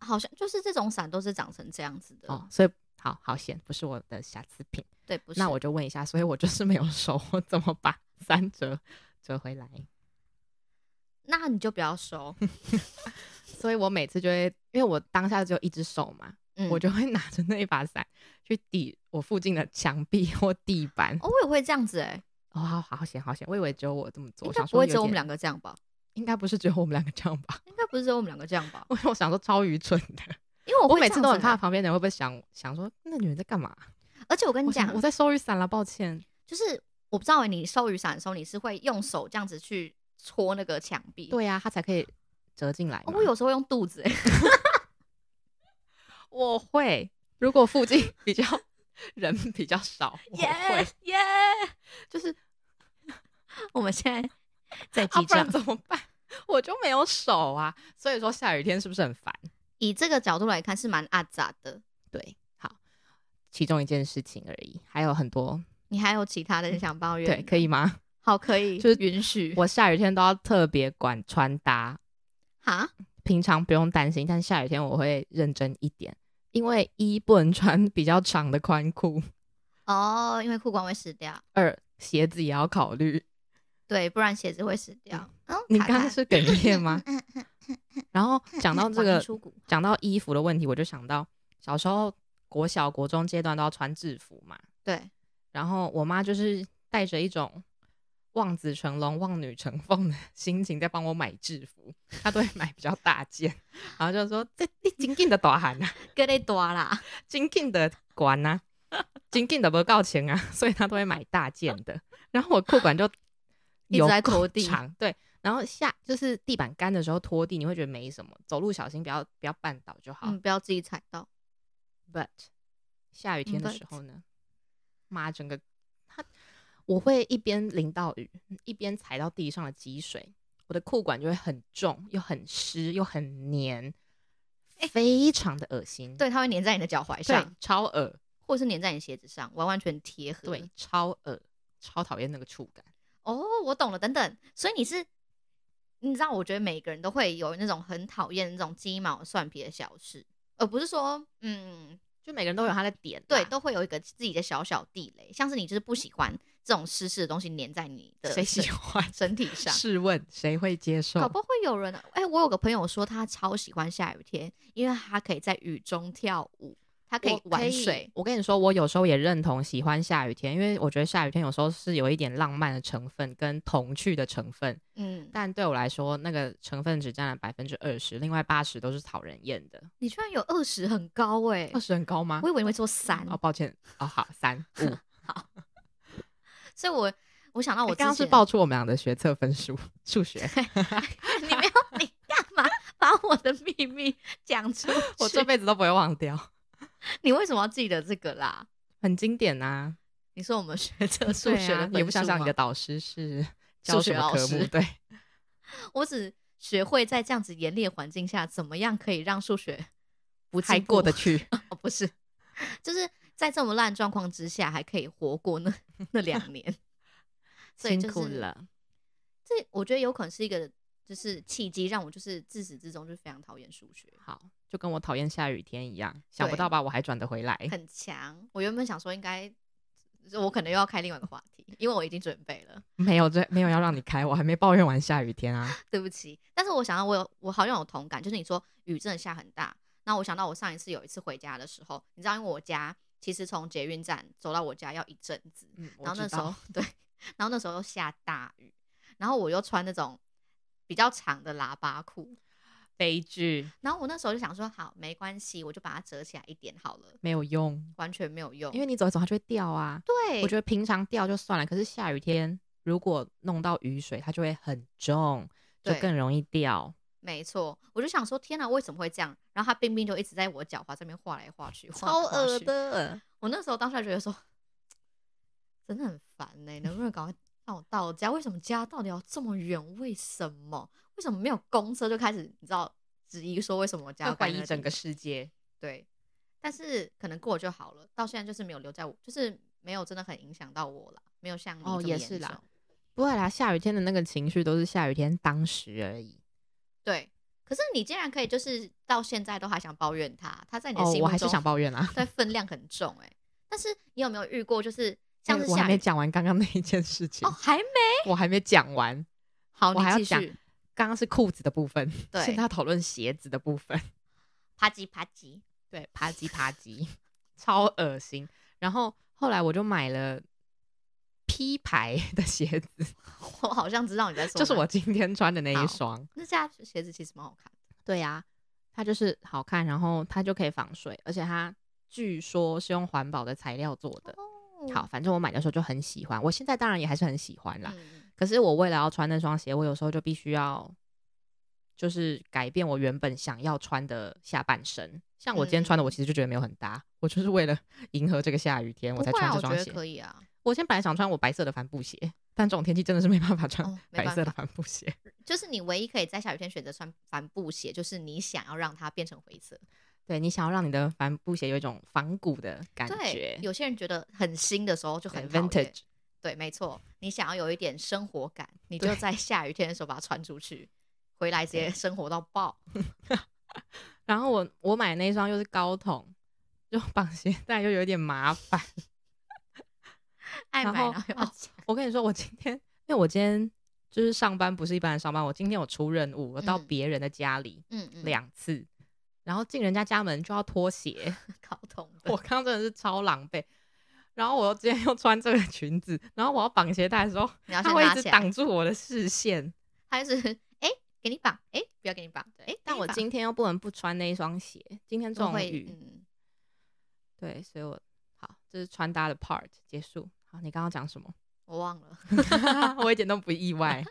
Speaker 3: 好像就是这种伞都是长成这样子的，
Speaker 2: 哦，所以好好险，不是我的瑕疵品。
Speaker 3: 对，不是？
Speaker 2: 那我就问一下，所以我就是没有手，我怎么把 三折折回来？
Speaker 3: 那你就不 要收，
Speaker 2: 所以我每次就会，因为我当下只有一只手嘛，
Speaker 3: 嗯，
Speaker 2: 我就会拿着那一把伞去抵我附近的墙壁或地板。
Speaker 3: 哦，我也会这样子哎、欸，
Speaker 2: 哦，好好险好险，我以为只有我这么做，
Speaker 3: 应
Speaker 2: 我
Speaker 3: 该
Speaker 2: 想
Speaker 3: 不
Speaker 2: 说
Speaker 3: 会
Speaker 2: 有
Speaker 3: 只有我
Speaker 2: 点
Speaker 3: 们，两个这样吧？
Speaker 2: 应该不是只有我们两个这样吧？
Speaker 3: 应该不是只有我们两个这样吧？
Speaker 2: 因为我想说超愚蠢的。
Speaker 3: 因为我
Speaker 2: 我
Speaker 3: 会
Speaker 2: 每
Speaker 3: 这
Speaker 2: 次
Speaker 3: 样
Speaker 2: 都
Speaker 3: 子
Speaker 2: 很怕
Speaker 3: 欸，
Speaker 2: 旁边的人会不会想想说那女人在干嘛？
Speaker 3: 而且我跟你
Speaker 2: 我想
Speaker 3: 讲
Speaker 2: 我，在收雨伞了，抱歉。
Speaker 3: 就是我不知道欸你收雨伞的时候，你是会用手这样子去戳那个墙壁，
Speaker 2: 对呀、啊，她才可以折进来嘛、
Speaker 3: 哦、我有时候用肚子、欸，
Speaker 2: 我会，如果附近比较 人比较 少， 我会
Speaker 3: 耶耶！
Speaker 2: 就是
Speaker 3: 我们现 在在
Speaker 2: 啊，
Speaker 3: 记
Speaker 2: 不
Speaker 3: 账
Speaker 2: 然。怎么办？我就没有手啊，所以说下雨天是不是很烦？
Speaker 3: 以这个角度来看，是蛮阿杂的。
Speaker 2: 对，好，其中一件事情而已，还有很多，
Speaker 3: 你还有其他的想抱怨？
Speaker 2: 嗯对，可以吗？
Speaker 3: 好，可以，
Speaker 2: 就是
Speaker 3: 允许。
Speaker 2: 我下雨天都要特别管穿搭，
Speaker 3: 哈，
Speaker 2: 平常不用担心，但下雨天我会认真一点，因为一不能穿 比较长的宽裤，
Speaker 3: 哦，因为裤管会湿掉，
Speaker 2: 二鞋子也要考虑。
Speaker 3: 对，不然鞋子会湿掉。嗯，
Speaker 2: 你
Speaker 3: 卡
Speaker 2: 刚刚
Speaker 3: 卡嗯
Speaker 2: 是哽咽 吗？然后讲到这
Speaker 3: 反应
Speaker 2: 个，
Speaker 3: 出骨
Speaker 2: 讲到衣服的问题，我就想到小时候国小、国中阶段都要穿制服嘛，
Speaker 3: 对，
Speaker 2: 然后我妈就是带着一种望子成龙、望女成凤的心情在帮我买制服，她都会买比较大件， 然后就说：“这你紧紧的大汉啊！”
Speaker 3: 各类多啦。
Speaker 2: 紧紧的管 啊，紧紧的不够钱啊， 所以他都会买大件的。然后我裤管就
Speaker 3: 一直
Speaker 2: 有
Speaker 3: 在
Speaker 2: 够
Speaker 3: 拖地
Speaker 2: 长对。然后下就是地板干的时候拖地，你会觉得没什么，走路小心不要不要绊倒就好。
Speaker 3: 嗯，不要自己踩到。
Speaker 2: But 下雨天的
Speaker 3: 嗯 But
Speaker 2: 时候呢，妈整个他我会一边淋到雨，一边踩到地上的积水，我的裤管就会很重，又很湿，又很黏，非常的恶心。
Speaker 3: 对，它会粘在你的脚踝
Speaker 2: 对
Speaker 3: 上，，
Speaker 2: 超恶。
Speaker 3: 或者是粘在你鞋子上，完完全贴合。
Speaker 2: 对，，超恶，超讨厌那个触感。
Speaker 3: 哦，我懂了，等等，所以你是，你知道，我觉得每个人都会有那种很讨厌的那种鸡毛蒜皮的小事，而不是说，嗯，
Speaker 2: 就每个人都有他的点啦，
Speaker 3: 对，都会有一个自己的小小地雷，像是你就是不喜欢这种湿湿的东西粘在你的
Speaker 2: 谁喜
Speaker 3: 身
Speaker 2: 欢？
Speaker 3: 身体上。
Speaker 2: 试问谁会接受
Speaker 3: 搞？不好会有人，哎、我有个朋友说他超喜欢下雨天，因为他可以在雨中跳舞，他可以
Speaker 2: 我
Speaker 3: 玩水。
Speaker 2: 我跟你说，我有时候也认同喜欢下雨天，因为我觉得下雨天有时候是有一点浪漫的成分跟童趣的成分，
Speaker 3: 嗯，
Speaker 2: 但对我来说，那个成分只占了百分之二十，另外八十都是讨人厌的。
Speaker 3: 你居然有二十，很高哎、
Speaker 2: 二十很高吗
Speaker 3: 我？以为你会做三，
Speaker 2: 哦，抱歉，哦，好， 三五。
Speaker 3: 所以我我想到哦我
Speaker 2: 我
Speaker 3: 之前
Speaker 2: 刚刚是爆出我们俩的学测分数，数 学，
Speaker 3: 你没有，你干嘛把我的秘密讲出去？
Speaker 2: 我这辈子都不会忘掉，
Speaker 3: 你为什么要记得这个啦？
Speaker 2: 很经典啊。
Speaker 3: 你说我们学 测呃数
Speaker 2: 对
Speaker 3: 学的、
Speaker 2: 啊，也不想想你的，导师是教
Speaker 3: 数
Speaker 2: 什
Speaker 3: 学
Speaker 2: 么
Speaker 3: 老
Speaker 2: 科目
Speaker 3: 师，
Speaker 2: 对，
Speaker 3: 我只学会在这样子严厉的环境下，怎么样可以让数学不
Speaker 2: 还
Speaker 3: 进步
Speaker 2: 过得去。
Speaker 3: 哦，不是，就是在这么烂状况之下还可以活过那那两 年，所以
Speaker 2: 辛
Speaker 3: 就
Speaker 2: 苦
Speaker 3: 是
Speaker 2: 了。
Speaker 3: 这我觉得有可能是一个就是契机，让我就是自始至终就非常讨厌数学，
Speaker 2: 好，就跟我讨厌下雨天一样，想不
Speaker 3: 对
Speaker 2: 到吧？我还转得回来。
Speaker 3: 很强。我原本想说应该我可能又要开另外一个话题，因为我已经准备了。
Speaker 2: 没有，这没有要让你开，我还没抱怨完下雨天 啊。
Speaker 3: 对不起，但是我想到我有我好像有同感，就是你说雨真的下很大，那我想到我上一次有一次回家的时候，你知道，因为我家其实从捷运站走到我家要一阵子，
Speaker 2: 嗯，我
Speaker 3: 然后那
Speaker 2: 知
Speaker 3: 时
Speaker 2: 道
Speaker 3: 候对，然后那时候又下大雨，然后我又穿那种比较长的喇叭裤，
Speaker 2: 悲剧
Speaker 3: 然后我那时候就想说，好，没关系，我就把它折起来一点好了，
Speaker 2: 没有用，
Speaker 3: 完全没有用，
Speaker 2: 因为你走一走它就会掉啊。
Speaker 3: 哦对，
Speaker 2: 我觉得
Speaker 3: 得
Speaker 2: 平常掉就算了，可是下雨天如果弄到雨水，它就会很重，就
Speaker 3: 对
Speaker 2: 更容易掉。
Speaker 3: 没错，我就想说，天哪，为什么会这样？然后它冰冰就一直在我脚踝上面画来画去，画来画去
Speaker 2: 的，
Speaker 3: 我那时候当下觉得说，真的很烦呢、能不能赶快让我到家？为什么家到底要这么远？为什么？为什么没有公车就开始你知道质疑说为什么我家
Speaker 2: 要
Speaker 3: 要
Speaker 2: 怀
Speaker 3: 盖那
Speaker 2: 疑整
Speaker 3: 地
Speaker 2: 个世界。
Speaker 3: 对？但是可能过就好了，到现在就是没有留在我，就是没有真的很影响到我啦，没有像你
Speaker 2: 哦
Speaker 3: 这么
Speaker 2: 也
Speaker 3: 严
Speaker 2: 是啦
Speaker 3: 重，
Speaker 2: 不会啦，下雨天的那个情绪都是下雨天当时而已。
Speaker 3: 对。可是你竟然可以就是到现在都还想抱怨他，他在你的
Speaker 2: 哦，
Speaker 3: 心目中、
Speaker 2: 我还是想抱怨 啦。
Speaker 3: 对分量很重哎、但是你有没有遇过就是像
Speaker 2: 哎
Speaker 3: 是
Speaker 2: 我还
Speaker 3: 下雨、
Speaker 2: 没讲完刚刚那一件事情
Speaker 3: 哦，还没
Speaker 2: 我还没讲完。
Speaker 3: 好，
Speaker 2: 我还要
Speaker 3: 你继
Speaker 2: 讲
Speaker 3: 续
Speaker 2: 刚刚是裤子的部分，
Speaker 3: 对
Speaker 2: 现在要讨论鞋子的部分。
Speaker 3: 啪叽啪叽，
Speaker 2: 对，啪叽啪叽， 超恶心。然后后来我就买了 P 牌的鞋 子，
Speaker 3: 我好像知道你在说，
Speaker 2: 就是我。今天穿的那
Speaker 3: 好
Speaker 2: 一双。
Speaker 3: 那这家鞋子其实蛮好看的，
Speaker 2: 对啊呀、它就是好看，然后它就可以防水，而且它据说是用环保的材料做的。好，反正我买的时候就很喜欢，我现在当然也还是很喜欢啦。
Speaker 3: 嗯，
Speaker 2: 可是我为了要穿那双鞋，我有时候就必须要，就是改变我原本想要穿的下半身。像我今天穿的，我
Speaker 3: 嗯
Speaker 2: 其实就觉得没有很搭，我就是为了 迎合这个下雨天，
Speaker 3: 不
Speaker 2: 我才
Speaker 3: 会啊
Speaker 2: 穿这
Speaker 3: 我觉
Speaker 2: 双
Speaker 3: 得
Speaker 2: 鞋。
Speaker 3: 可以啊，
Speaker 2: 我先本来想穿我白色的帆布鞋，但这种天气真的是没办法穿
Speaker 3: 哦，没
Speaker 2: 白
Speaker 3: 办
Speaker 2: 色的
Speaker 3: 法，
Speaker 2: 帆布鞋。
Speaker 3: 就是你唯一可以在下雨天选择穿帆布鞋，就是你想要让它变成灰色。
Speaker 2: 对你想要让你的帆布鞋有一种仿古的感
Speaker 3: 对
Speaker 2: 觉，，
Speaker 3: 有些人觉得很新的时候就
Speaker 2: 对
Speaker 3: 很讨厌
Speaker 2: vintage。
Speaker 3: 对，没错，你想要有一点生活感，你
Speaker 2: 对
Speaker 3: 就在下雨天的时候把它穿出去，回来直接生活到爆。
Speaker 2: 然后我我买那双又是高筒，就绑鞋带又有点麻烦。
Speaker 3: 爱
Speaker 2: 然
Speaker 3: 买
Speaker 2: 后
Speaker 3: 然后又要
Speaker 2: 哦，我跟你说，我今天因为我今天就是上班不是一般的上班，我今天有出任务，我到
Speaker 3: 嗯
Speaker 2: 别人的家里
Speaker 3: 嗯嗯，
Speaker 2: 两次，然后进人家家门就要脱 鞋，
Speaker 3: 搞懂
Speaker 2: 我
Speaker 3: 的，
Speaker 2: 刚刚真的是超狼狈。然后我又今天又穿这个裙子，然后我要绑鞋带的时候，
Speaker 3: 你要
Speaker 2: 它
Speaker 3: 先
Speaker 2: 会一
Speaker 3: 拉
Speaker 2: 直
Speaker 3: 起来，
Speaker 2: 挡住我的视线。
Speaker 3: 它就是哎给你绑，哎不要给你绑，哎给
Speaker 2: 但
Speaker 3: 你
Speaker 2: 我
Speaker 3: 绑
Speaker 2: 今天又不能不穿那一双鞋，今天这种
Speaker 3: 会
Speaker 2: 雨，
Speaker 3: 嗯
Speaker 2: 对，所以我好，这是穿搭的 part 结束。好，你刚刚讲什么？
Speaker 3: 我忘了，
Speaker 2: 我一点都不意外。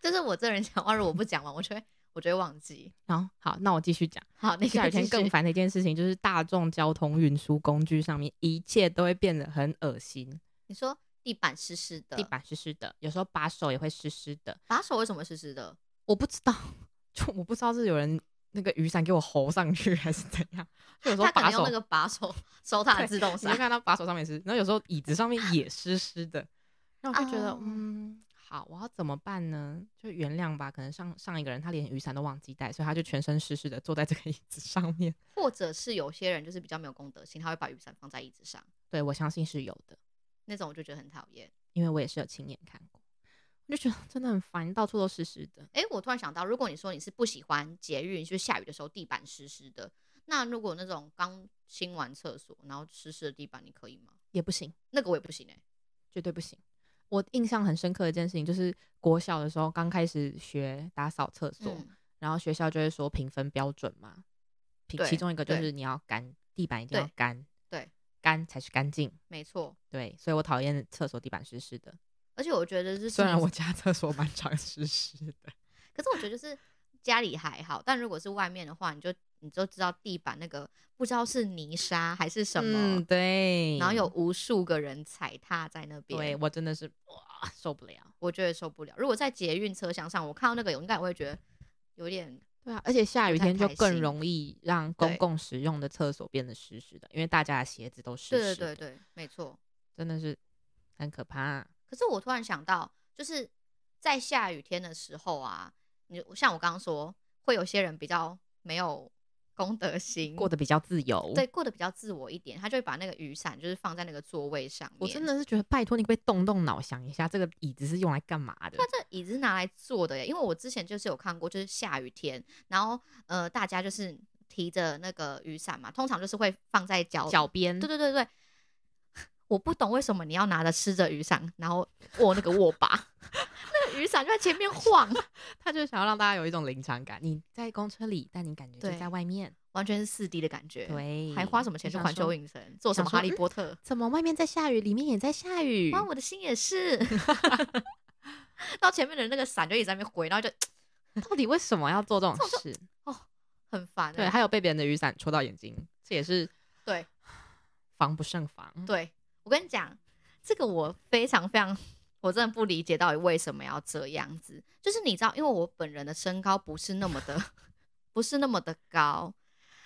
Speaker 3: 就是我这人讲话，如果我不讲完，我就会我就会忘记。
Speaker 2: 然后 好，那我继续讲。
Speaker 3: 好，那
Speaker 2: 下雨天更
Speaker 3: 烦。
Speaker 2: 烦的一件事情就是大众交通运输工具上面一切都会变得很恶心，
Speaker 3: 你说地板湿湿的，
Speaker 2: 地板湿湿的，有时候把手也会湿湿的。
Speaker 3: 把手为什么湿湿的？
Speaker 2: 我不知道，就我不知道是有人那个雨伞给我吼上去还是怎样，就有时候
Speaker 3: 他可
Speaker 2: 把
Speaker 3: 能
Speaker 2: 手
Speaker 3: 用那个把手收它的
Speaker 2: 对
Speaker 3: 自动
Speaker 2: 你就
Speaker 3: 伞。
Speaker 2: 看到把手上面湿，然后有时候椅子上面也湿湿的， 那我就觉得、
Speaker 3: 哦
Speaker 2: 嗯，好，我要怎么办呢？就原谅吧，可能上上一个人他连雨伞都忘记带，所以他就全身湿湿的坐在这个椅 子上面。
Speaker 3: 或者是有些人就是比较没有公德心，他会把雨伞放在椅子上，
Speaker 2: 对我相信是有的。
Speaker 3: 那种我就觉得很讨厌。
Speaker 2: 因为我也是有亲眼看过，我就觉得真的很烦，到处都湿湿的。
Speaker 3: 哎，我突然想到，如果你说你是不喜欢节日，就是下雨的时候地板湿湿的，那如果那种刚清完厕所然后湿湿的地板，你可以吗？
Speaker 2: 也不行，
Speaker 3: 那个我也不行哎、
Speaker 2: 绝对不行。我印象很深刻的一件事情，就是国小的时候刚开始学打扫厕所，
Speaker 3: 嗯
Speaker 2: 然后学校就会说评分标准嘛，评
Speaker 3: 对
Speaker 2: 其中一个就
Speaker 3: 对
Speaker 2: 是你要干，地板一定要
Speaker 3: 对
Speaker 2: 干，
Speaker 3: 对，
Speaker 2: 干才是干净。
Speaker 3: 没错。
Speaker 2: 对，所以我讨厌厕所地板湿湿的。
Speaker 3: 而且我觉得就是
Speaker 2: 虽然
Speaker 3: 你
Speaker 2: 我家厕所蛮常湿湿的，
Speaker 3: 可是我觉得就是家里还好，但如果是外面的话，你就你就知道地板那个不知道是泥沙还是什么，
Speaker 2: 嗯，对，
Speaker 3: 然后有无数个人踩踏在那边，
Speaker 2: 对我真的是哇受不了。
Speaker 3: 我觉得受不了。如果在捷运车厢上，我看到那个，我应该也会觉得有点
Speaker 2: 对啊，而且下雨
Speaker 3: 太
Speaker 2: 天就
Speaker 3: 开
Speaker 2: 更
Speaker 3: 心
Speaker 2: 容易让公
Speaker 3: 对
Speaker 2: 共使用的厕所变得湿湿的，因为大家的鞋子都湿湿
Speaker 3: 对
Speaker 2: 的
Speaker 3: 对，对对，没错。
Speaker 2: 真的是很可怕、啊
Speaker 3: 可是我突然想到，就是在下雨天的时候啊，你像我刚刚说，会有些人比较没有公德心，
Speaker 2: 过得比较自由。
Speaker 3: 嗯对，过得比较自我一点，他就会把那个雨伞就是放在那个座位上面。
Speaker 2: 我真，的是觉得，拜托你被动动脑想一下，这个椅子是用来干嘛的
Speaker 3: 他？这椅子是拿来坐的耶，因为我之前就是有看过，就是下雨天，然后呃，大家就是提着那个雨伞嘛，通常就是会放在脚
Speaker 2: 脚边，
Speaker 3: 对对对对，我不懂为什么你要拿着湿着雨伞，然后握那个握把， 那个雨伞就在前面晃，
Speaker 2: 他就想要让大家有一种临场感。你在公车里，但你感觉就
Speaker 3: 对
Speaker 2: 在外面。
Speaker 3: 完全是四 D 的感觉。
Speaker 2: 对
Speaker 3: 还花什么钱
Speaker 2: 就
Speaker 3: 去
Speaker 2: 想
Speaker 3: 环球
Speaker 2: 说
Speaker 3: 影城，做什
Speaker 2: 想
Speaker 3: 么
Speaker 2: 说
Speaker 3: 哈利
Speaker 2: 嗯
Speaker 3: 波特？
Speaker 2: 怎么外面在下雨，里面也在下雨？
Speaker 3: 哇，我的心也是。 到前面的人那个伞就一直在那边挥，然后就
Speaker 2: 到底为什么要做这种事？
Speaker 3: 很烦、欸。
Speaker 2: 对，还有被别人的雨伞戳到眼睛，这也是
Speaker 3: 对
Speaker 2: 防不胜防。
Speaker 3: 对，我跟你讲，这个我非常非常，我真的不理解到底为什么要这样子。就是你知道，因为我本人的身高不是那么的， 不是那么的高，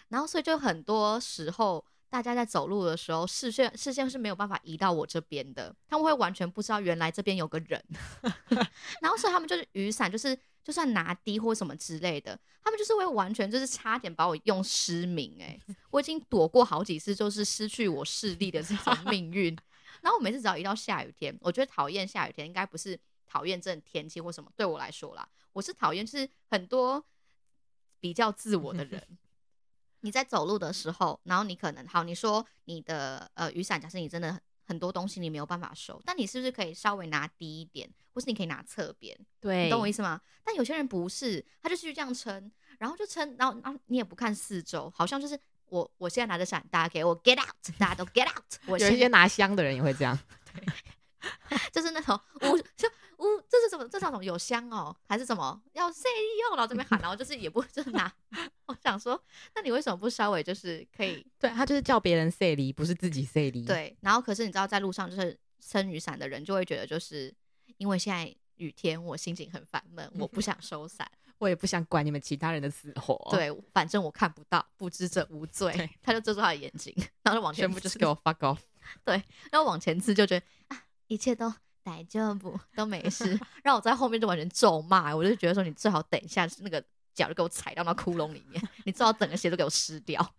Speaker 3: 然后所以就很多时候。大家在走路的时候，视线视线是没有办法移到我这边的，他们会完全不知道原来这边有个人， 然后所以他们就是雨伞，就是就算拿低或什么之类的，他们就是会完全就是差点把我用失明、欸，我已经躲过好几次，就是失去我视力的这种命运。然后我每次只要一到下雨天，我觉得讨厌下雨天，应该不是讨厌这种天气或什么，对我来说啦，我是讨厌就是很多比较自我的人。你在走路的时候，然后你可能好，你说你的呃雨伞，假设你真的很很多东西你没有办法收，但你是不是可以稍微拿低一点，或是你可以拿侧边？
Speaker 2: 对，
Speaker 3: 你懂我意
Speaker 2: 思。
Speaker 3: 思吗？但有些人不是，他就继续这样撑，然后就撑，然后然后你也不看四周，好像就是我我现在拿着伞，大家给我 get out，大家都 get out，我
Speaker 2: 有一
Speaker 3: 现
Speaker 2: 些
Speaker 3: 在
Speaker 2: 拿香的人也会这样，
Speaker 3: 就是那种呜就呜，这是什么？这叫什么？有香哦，还是什么？要 say 用，然后这边喊，然后就是也不 就是拿。我想说，那你为什么不稍微就是可以
Speaker 2: 对他就是叫别人 say 离，不是自己 say 离。，
Speaker 3: 对，然后可是你知道，在路上就是撑雨伞的人就会觉得，就是因为现在雨天，我心情很烦闷，我不想收伞。
Speaker 2: 我也不想管你们其他人的死活。，
Speaker 3: 对，反正我看不到，不知者无罪
Speaker 2: 对。
Speaker 3: 他就遮住他的眼睛，然后就往前
Speaker 2: 全部就是
Speaker 3: 刺
Speaker 2: 给，我 fuck off。
Speaker 3: 然后往前刺就觉得啊，一切都逮就不都没事。 然后我在后面就完全咒骂，欸我就觉得说你最好等一下那个脚就给我踩到那窟窿里面， 你最好整个鞋都给我湿掉。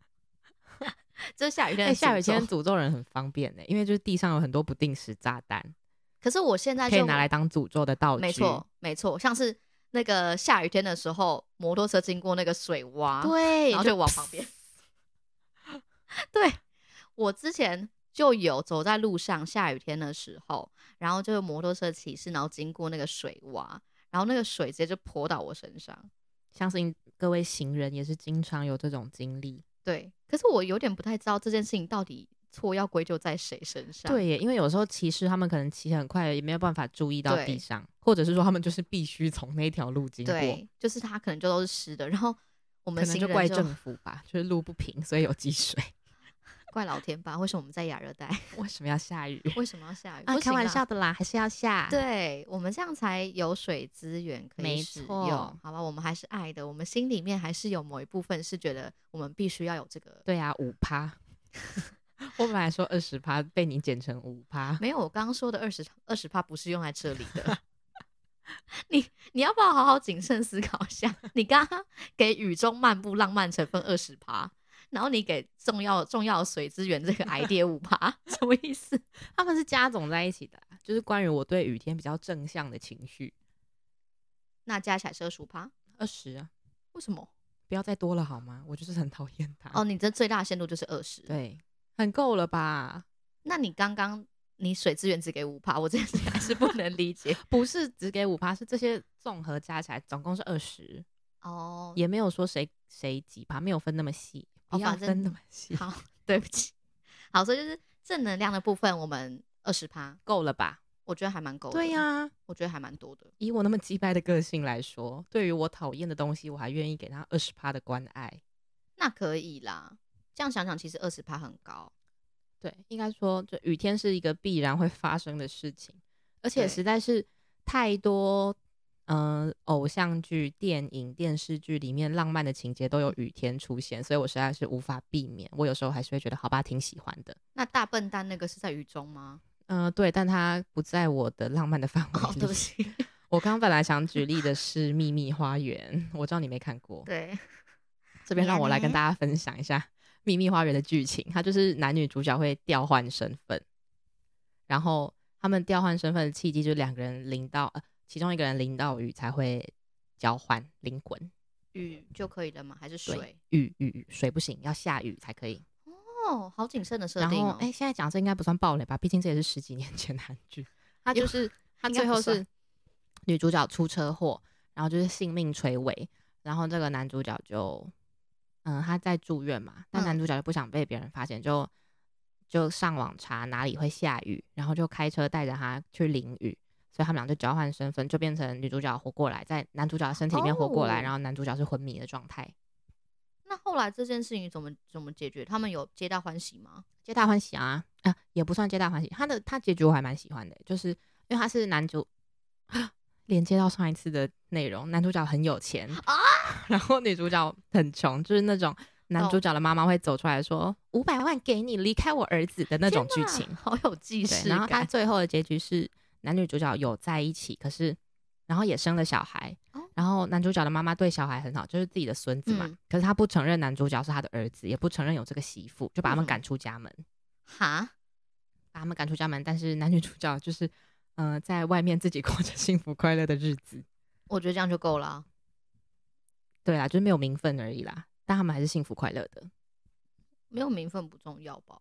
Speaker 3: 这是下雨天
Speaker 2: 哎、
Speaker 3: 的诅咒，
Speaker 2: 下雨天诅咒人很方便欸呢、因为就是地上有很多不定时炸弹，
Speaker 3: 可是我现在
Speaker 2: 可以
Speaker 3: 就
Speaker 2: 拿来当诅咒的道具。
Speaker 3: 没错，没错，像是那个下雨天的时候，摩托车经过那个水洼，
Speaker 2: 对
Speaker 3: 然后就往旁边。 对，我之前就有走在路上，下雨天的时候，然后就是摩托车骑士，然后经过那个水洼，然后那个水直接就泼到我身上。
Speaker 2: 相信各位行人也是经常有这种经历。
Speaker 3: 对，可是我有点不太知道这件事情到底错要归咎在谁身上。
Speaker 2: 对啊耶，因为有时候骑士他们可能骑很快，也没有办法注意到
Speaker 3: 对
Speaker 2: 地上，或者是说他们就是必须从那条路经过，
Speaker 3: 对，就是他可能就都是湿的，然后我
Speaker 2: 可
Speaker 3: 们
Speaker 2: 能
Speaker 3: 行
Speaker 2: 就
Speaker 3: 人
Speaker 2: 怪政府吧，就是路不平，所以有积 水。
Speaker 3: 怪老天吧？为什么我们在亚热带？
Speaker 2: 为什么要下雨？
Speaker 3: 为什么要下雨？
Speaker 2: 啊，
Speaker 3: 不
Speaker 2: 开
Speaker 3: 行
Speaker 2: 玩
Speaker 3: 啦
Speaker 2: 笑的啦，还是要下。，
Speaker 3: 对我们这样才有水资源可以
Speaker 2: 没
Speaker 3: 使
Speaker 2: 错
Speaker 3: 用，好吧？我们还是爱的，我们心里面还是有某一部分是觉得我们必须要有这个。
Speaker 2: 对啊，五趴。 我本来说二十趴，被你减成五趴。
Speaker 3: 没有，我刚刚说的二十二十趴不是用在这里 的。你你要不要好好谨慎思考一下？你刚刚给雨中漫步浪漫成分二十趴，然后你给重要重要的水资源这个 idea 五趴，什么意思？
Speaker 2: 他们是加总在一起的啊，就是关于我对雨天比较正向的情绪，
Speaker 3: 那加起来是二十五趴，
Speaker 2: 二十啊，
Speaker 3: 为什么？
Speaker 2: 不要再多了好吗？我就是很讨厌它。
Speaker 3: 哦，，你这最大的限度就是二十。
Speaker 2: 啊对，很够了吧？
Speaker 3: 那你刚刚你水资源只给五趴，我这件事情 还是不能 理解
Speaker 2: 不是只给五趴，是这些综合加起来总共是二十，
Speaker 3: 哦。
Speaker 2: 也没有说谁谁几趴，没有分那么细，
Speaker 3: 哦
Speaker 2: 不要
Speaker 3: 反正
Speaker 2: 分那么细，
Speaker 3: 好，对不起。好，所以就是正能量的部分，我们二十趴，
Speaker 2: 够了吧？
Speaker 3: 我觉得还蛮够的。
Speaker 2: 对啊呀、
Speaker 3: 我觉得还蛮多的。
Speaker 2: 以我那么鸡掰的个性来说，对于我讨厌的东西，我还愿意给他二十趴的关爱。
Speaker 3: 那可以啦，这样想想，其实二十趴很高。
Speaker 2: 对，应该说，就雨天是一个必然会发生的事情，而且
Speaker 3: 对
Speaker 2: 实在是太多嗯、偶像剧、电影、电视剧里面浪漫的情节都有雨天出现，所以我实在是无法避免。我有时候还是会觉得，好吧，挺喜欢的。
Speaker 3: 那大笨蛋那个是在雨中吗？
Speaker 2: 嗯、对，但它不在我的浪漫的范围
Speaker 3: 哦，
Speaker 2: 里。
Speaker 3: 对不 起，
Speaker 2: 我刚刚本来想举例的是《秘密花园》，我知道你没看过。
Speaker 3: 对，
Speaker 2: 这边让我来跟
Speaker 3: 没
Speaker 2: 大家分享一下《秘密花园》的剧情。它就是男女主角会调换身份，然后他们调换身份的契机就是两个人淋到，呃，其中一个人淋到雨才会交换灵魂。
Speaker 3: 雨就可以了吗？还是
Speaker 2: 对
Speaker 3: 水？
Speaker 2: 雨雨雨水不行，要下雨才可以。
Speaker 3: 哦，好谨慎的设
Speaker 2: 然
Speaker 3: 定
Speaker 2: 后
Speaker 3: 哦。
Speaker 2: 哎、现在讲这应该不算暴雷吧？毕竟这也是十几年前的韩剧。他
Speaker 3: 有
Speaker 2: 就是他
Speaker 3: 应该
Speaker 2: 最
Speaker 3: 不
Speaker 2: 后
Speaker 3: 算
Speaker 2: 是女主角出车祸，然后就是性命垂危，然后这个男主角就嗯他在住院嘛，但
Speaker 3: 嗯
Speaker 2: 男主角就不想被别人发现，就就上网查哪里会下雨，然后就开车带着他去淋雨。所以他们俩就交换身份，就变成女主角活过来，在男主角的身体里面活过来，
Speaker 3: 哦
Speaker 2: 然后男主角是昏迷的状态，
Speaker 3: 那后来这件事情怎么怎么解决？他们有皆大欢喜吗？
Speaker 2: 皆大欢喜啊，啊、也不算皆大欢喜。他的他结局我还蛮喜欢的，就是因为他是男主， 连接到上一次的内容，男主角很有钱
Speaker 3: 啊
Speaker 2: 然后女主角很穷，就是那种男主
Speaker 3: 懂
Speaker 2: 角的妈妈会走出来说五百万给你离开我儿子的那种剧
Speaker 3: 天哪
Speaker 2: 情。
Speaker 3: 好有既
Speaker 2: 对，
Speaker 3: 视
Speaker 2: 然后他
Speaker 3: 感。
Speaker 2: 最后的结局是男女主角有在一起，可是然后也生了小孩，
Speaker 3: 哦
Speaker 2: 然后男主角的妈妈对小孩很好，就是自己的孙子嘛，
Speaker 3: 嗯
Speaker 2: 可是他不承认男主角是他的儿子，也不承认有这个媳妇，就把他
Speaker 3: 为什
Speaker 2: 们
Speaker 3: 么
Speaker 2: 赶出家门。
Speaker 3: 哈，
Speaker 2: 把他们赶出家门， 但是男女主角就是，呃，在外面自己过着幸福快乐的日 子。
Speaker 3: 我觉得这样就够了啊。
Speaker 2: 对啦，就是没有名分而已啦，但他们还是幸福快乐的。
Speaker 3: 没有名分不重要吧？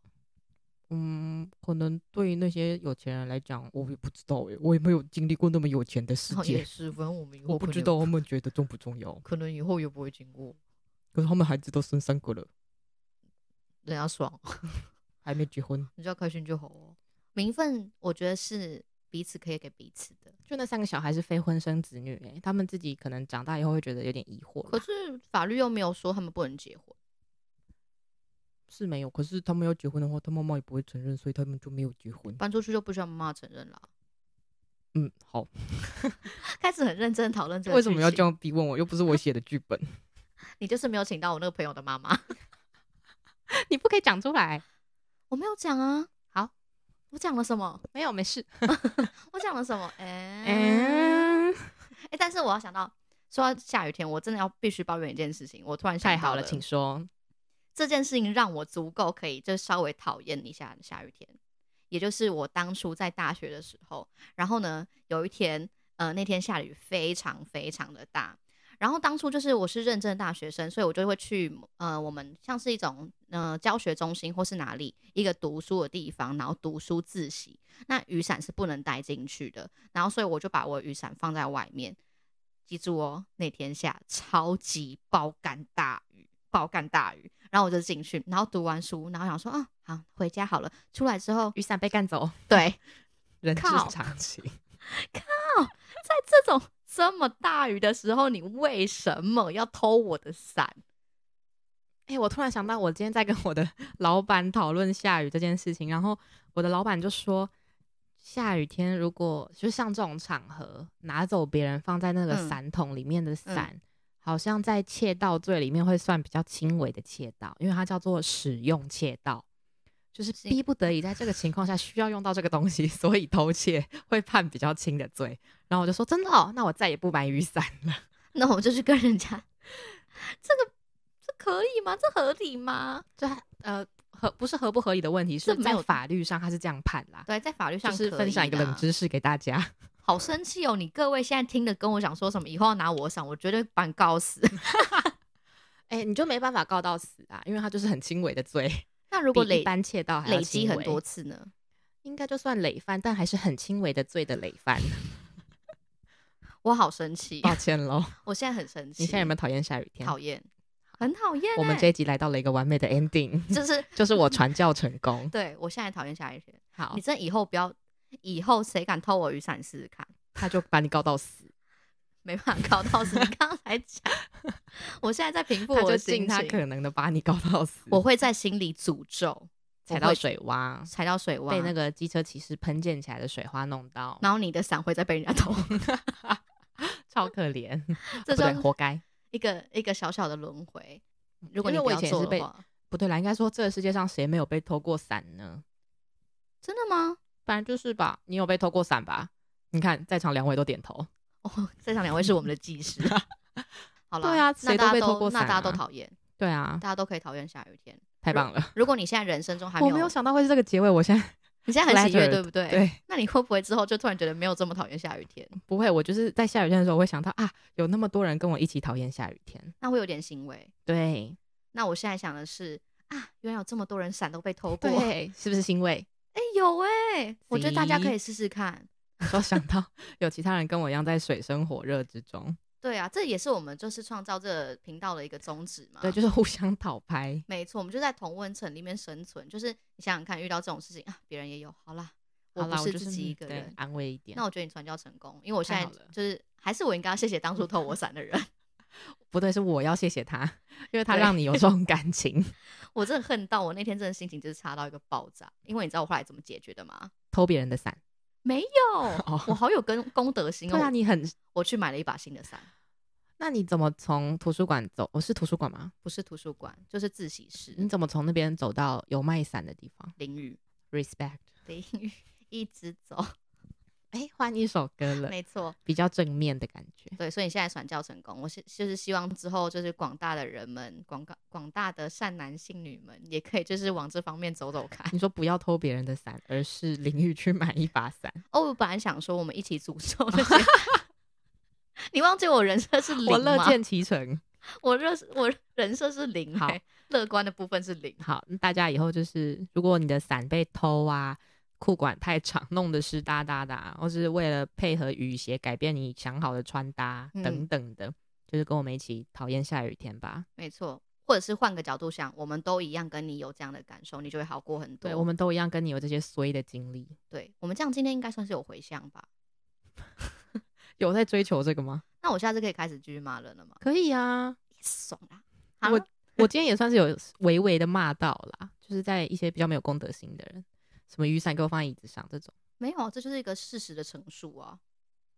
Speaker 2: 嗯，可能对于那些有钱人来讲，我也不知道诶、欸我也没有经历过那么有钱的世
Speaker 3: 然后也
Speaker 2: 界，
Speaker 3: 是，反正我们以后
Speaker 2: 哦我不
Speaker 3: 可能
Speaker 2: 知
Speaker 3: 也
Speaker 2: 道他们觉得重不重要。
Speaker 3: 可能以后也不会经过，
Speaker 2: 可是他们孩子都生三个了，
Speaker 3: 人家爽，
Speaker 2: 还没结婚。
Speaker 3: 人家开心就好哦。名分我觉得是彼此可以给彼此的，
Speaker 2: 就那三个小孩是非婚生子女、诶，他们自己可能长大以后会觉得有点疑惑啦。
Speaker 3: 可是法律又没有说他们不能结婚。
Speaker 2: 是没有，可是他们要结婚的话，他妈妈也不会承认，所以他们就没有结婚。
Speaker 3: 搬出去就不需要妈妈承认了。
Speaker 2: 嗯，好，
Speaker 3: 开始很认真地讨论这个，
Speaker 2: 为什么要这？样逼问我？又不是我写的剧本，
Speaker 3: 你就是没有请到我那个朋友的妈 妈，
Speaker 2: 你不可以讲出来。
Speaker 3: 我没有讲啊。
Speaker 2: 好，
Speaker 3: 我讲了什么？
Speaker 2: 没有，没事。
Speaker 3: 我讲了什么？哎、哎、
Speaker 2: 嗯，
Speaker 3: 但是我要想到，说到下雨天，我真的要必须抱怨一件事情。我突然想
Speaker 2: 太
Speaker 3: 到
Speaker 2: 好了，请说。
Speaker 3: 这件事情让我足够可以就稍微讨厌一下下雨天，也就是我当初在大学的时候，然后呢，有一天，呃，那天下雨非常非常的大，然后当初就是我是认证大学生，所以我就会去呃，我们像是一种呃教学中心或是哪里一个读书的地方，然后读书自习，那雨伞是不能带进去的，然后所以我就把我的雨伞放在外面。记住哦，那天下超级爆干大雨，爆干大雨，然后我就进去，然后读完书，然后想说啊，好回家好了。出来之后，
Speaker 2: 雨伞被干走，
Speaker 3: 对，
Speaker 2: 人之
Speaker 3: 靠
Speaker 2: 常情。
Speaker 3: 在这种这么大雨的时候，你为什么要偷我的伞？
Speaker 2: 哎、我突然想到，我今天在跟我的 老板讨论下雨这件事情，然后我的老板就说，下雨天如果就像这种场合拿走别人放在那个
Speaker 3: 嗯
Speaker 2: 伞桶里面的伞，好像在窃盗罪里面会算比较轻微的窃盗，因为它叫做使用窃盗，就是
Speaker 3: 是
Speaker 2: 逼不得已在这个情况下需要用到这个东西，所以偷窃会判比较轻的罪。然后我就说，真的、哦，那我再也不买雨伞了。
Speaker 3: 那我就去跟人家，这个这可以吗？这合理吗？
Speaker 2: 就它呃合不是合不合理的问题，是
Speaker 3: 这没
Speaker 2: 在
Speaker 3: 有
Speaker 2: 法律上它是这样判啦。
Speaker 3: 对，在法律上
Speaker 2: 就是
Speaker 3: 可
Speaker 2: 分享
Speaker 3: 以
Speaker 2: 一个冷
Speaker 3: 啦
Speaker 2: 知识给大家。
Speaker 3: 好生气哦！你各位现在听的跟我讲说什么，以后要拿我伞，我绝对把你告死。
Speaker 2: 哎、你就没办法告到死啊，因为它就是很轻微的罪，
Speaker 3: 那如
Speaker 2: 如
Speaker 3: 果
Speaker 2: 一
Speaker 3: 累
Speaker 2: 般窃盗哦还要
Speaker 3: 累积
Speaker 2: 轻
Speaker 3: 很
Speaker 2: 微
Speaker 3: 多，次呢？
Speaker 2: 应该就算累犯，但还是很轻微的罪的累 犯。
Speaker 3: 我好生气，
Speaker 2: 抱歉 喽，
Speaker 3: 我现在很生气。
Speaker 2: 你现在有没有讨厌下雨天？
Speaker 3: 讨厌？很讨厌、欸。
Speaker 2: 我们这一集来到了一个完美的 ending，
Speaker 3: 就是
Speaker 2: 就是我传教成功。
Speaker 3: 对我现在讨厌下雨天。
Speaker 2: 好
Speaker 3: 你，真以后不要，以后谁敢偷我雨伞试试看，
Speaker 2: 他就把你告到 死，
Speaker 3: 没办法搞到死。你刚才讲，我现在在平复
Speaker 2: 他
Speaker 3: 我
Speaker 2: 就
Speaker 3: 的心
Speaker 2: 尽他
Speaker 3: 情，
Speaker 2: 可能的把你告到死。
Speaker 3: 我会在心里诅咒，
Speaker 2: 踩
Speaker 3: 我
Speaker 2: 到
Speaker 3: 会
Speaker 2: 水洼，
Speaker 3: 踩到水洼，
Speaker 2: 被那，个机车骑士喷溅起来的水花弄到，
Speaker 3: 然后你的伞会再被人家偷。
Speaker 2: 超可怜，
Speaker 3: 这
Speaker 2: 不对
Speaker 3: 算
Speaker 2: 活该。
Speaker 3: 一个一个小小的轮回。如果你
Speaker 2: 因为
Speaker 3: 不
Speaker 2: 我以
Speaker 3: 要
Speaker 2: 前也
Speaker 3: 做
Speaker 2: 是
Speaker 3: 的
Speaker 2: 被
Speaker 3: 话，
Speaker 2: 不对啦，应该说这个世界上谁没有被偷过伞呢？
Speaker 3: 真的吗？
Speaker 2: 反正就是吧，你有被偷过伞吧？你看在场两位都点头，
Speaker 3: 哦， 在场两位是我们的技师。 好了，
Speaker 2: 对啊
Speaker 3: 那
Speaker 2: 谁都
Speaker 3: 大家
Speaker 2: 被偷
Speaker 3: 都
Speaker 2: 过
Speaker 3: 那大
Speaker 2: 伞
Speaker 3: 家都
Speaker 2: 啊
Speaker 3: 讨 厌，
Speaker 2: 对啊，
Speaker 3: 大家都可以讨厌下雨天。
Speaker 2: 太棒了！
Speaker 3: 如果你现在人生中还
Speaker 2: 我
Speaker 3: 没
Speaker 2: 没
Speaker 3: 有
Speaker 2: 有想到会是这个结尾，我现在
Speaker 3: 你现在很喜悦，
Speaker 2: flattered，
Speaker 3: 对不对？
Speaker 2: 对
Speaker 3: 那你会不会之后就突然觉得没有这么讨厌下雨天？
Speaker 2: 不会，我就是在下雨天的时候，我会想到啊，有那么多人跟我一起讨厌下雨天。
Speaker 3: 那会有点欣慰。
Speaker 2: 对
Speaker 3: 那我现在想的是啊，原来有这么多人伞都被偷过。 哎、
Speaker 2: 对，是不是欣慰？
Speaker 3: 有哎、我觉得大家可以
Speaker 2: 行
Speaker 3: 试试看。
Speaker 2: 你说想到有其他人跟我一样在水深火热之中，
Speaker 3: 对啊，这也是我们就是创造这个频道的一个宗旨嘛。
Speaker 2: 对，就是互相讨拍。
Speaker 3: 没错，我们就在同温层里面生存。就是你想想看，遇到这种事情啊，别人也有，好啦，我
Speaker 2: 好
Speaker 3: 不
Speaker 2: 啦，
Speaker 3: 是
Speaker 2: 就
Speaker 3: 自己一个
Speaker 2: 对
Speaker 3: 人。
Speaker 2: 安慰一点。
Speaker 3: 那我觉得你传教成功，因为我现
Speaker 2: 太
Speaker 3: 在
Speaker 2: 好了
Speaker 3: 就是还是我应该要谢谢当初偷我伞的人。
Speaker 2: 不对，是我要谢谢他，因为他
Speaker 3: 对
Speaker 2: 让你有这种感 情。
Speaker 3: 我真的恨到我那天真的心情就是差到一个爆炸，因为你知道我后来怎么解决的吗？
Speaker 2: 偷别人的伞，
Speaker 3: 没有，
Speaker 2: 哦
Speaker 3: 我好有跟功德心哦。
Speaker 2: 对啊，你很，
Speaker 3: 我去买了一把新的伞，
Speaker 2: 那你怎么从图书馆走？哦我、是图书馆吗？
Speaker 3: 不是图书馆，就是自习室，
Speaker 2: 你怎么从那边走到有卖伞的地方
Speaker 3: 淋雨，
Speaker 2: ？Respect。
Speaker 3: 淋雨，一直 走，
Speaker 2: 哎，换一首歌了，
Speaker 3: 没错，
Speaker 2: 比较正面的感觉。
Speaker 3: 对，所以你现在传教成功，我是就是希望之后就是广大的人们，广大广大的善男信女们，也可以就是往这方面走走看。
Speaker 2: 你说不要偷别人的伞，而是淋雨去买一把伞。
Speaker 3: 哦，我本来想说我们一起诅咒 那些，你忘记我人设是零
Speaker 2: 我乐
Speaker 3: 吗
Speaker 2: 见其成。
Speaker 3: 我热我人设是零、
Speaker 2: 好
Speaker 3: 欸，乐观的部分是零。
Speaker 2: 好，大家以后就是，如果你的伞被偷啊，裤管太长弄得湿哒哒的啊，或是为了配合雨鞋改变你想好的穿搭、
Speaker 3: 嗯
Speaker 2: 等等的，就是跟我们一起讨厌下雨天吧。
Speaker 3: 没错，或者是换个角度想，我们都一样跟你有这样的感受，你就会好过很多。
Speaker 2: 对，我们都一样，跟你有这些衰的经历，
Speaker 3: 对我们这样今天应该算是有回向吧？
Speaker 2: 有在追求这个吗？
Speaker 3: 那我下次可以开始继续骂人了吗？啊
Speaker 2: 可以啊，
Speaker 3: 爽啦！好
Speaker 2: 我
Speaker 3: 了，
Speaker 2: 我今天也算是有微微的骂到啦，就是在一些比较没有公德心的人，什么雨伞给我放在椅子上这种，
Speaker 3: 没有，啊这就是一个事实的陈述啊，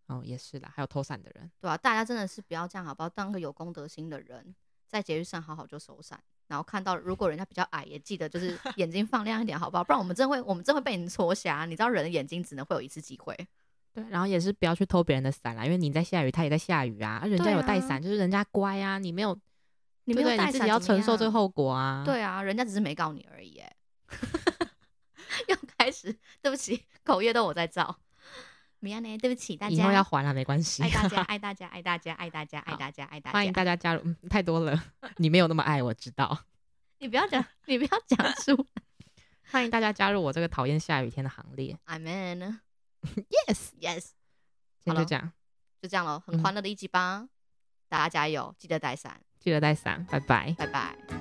Speaker 2: 哦，也是啦，还有偷伞的人，
Speaker 3: 对吧、大家真的是不要这样，好不好？当个有公德心的人，在节日上好好就收伞。然后看到，如果人家比较矮，也记得就是 眼睛放亮一点，好不好？不然我们真会，我们真会被你戳瞎。你知道，人的眼睛只能会有一次机会。
Speaker 2: 对，然后也是不要去偷别人的伞啦，因为你在下雨，他也在下雨啊，啊人家
Speaker 3: 对
Speaker 2: 有带
Speaker 3: 啊
Speaker 2: 伞、就是人家乖啊，你没有，
Speaker 3: 你没
Speaker 2: 对不对
Speaker 3: 有带
Speaker 2: 你自
Speaker 3: 伞
Speaker 2: 己要
Speaker 3: 怎么
Speaker 2: 承受这个
Speaker 3: 样
Speaker 2: 后果啊，，
Speaker 3: 对啊，人家只是没告你而已。 哎，又开始，对不起，口业都我在造。米安呢？对不起，大
Speaker 2: 以后
Speaker 3: 家
Speaker 2: 要还啦，没关系
Speaker 3: 爱，大 家，爱大家，爱大家，爱大家，爱
Speaker 2: 好
Speaker 3: 大家，爱大
Speaker 2: 欢迎大
Speaker 3: 家。
Speaker 2: 家加入，嗯，太多了，你没有那么爱，我知道，
Speaker 3: 你不要讲，你不要讲出
Speaker 2: 欢迎大家加入我这个讨厌下雨天的行列
Speaker 3: I'm in。
Speaker 2: ，yes，
Speaker 3: Yes，
Speaker 2: 今天就
Speaker 3: 好了
Speaker 2: 这样，
Speaker 3: 就这样喽，很
Speaker 2: 嗯
Speaker 3: 欢乐的一集吧。大家加油，记得带伞，
Speaker 2: 记得带伞，拜拜。
Speaker 3: 拜拜。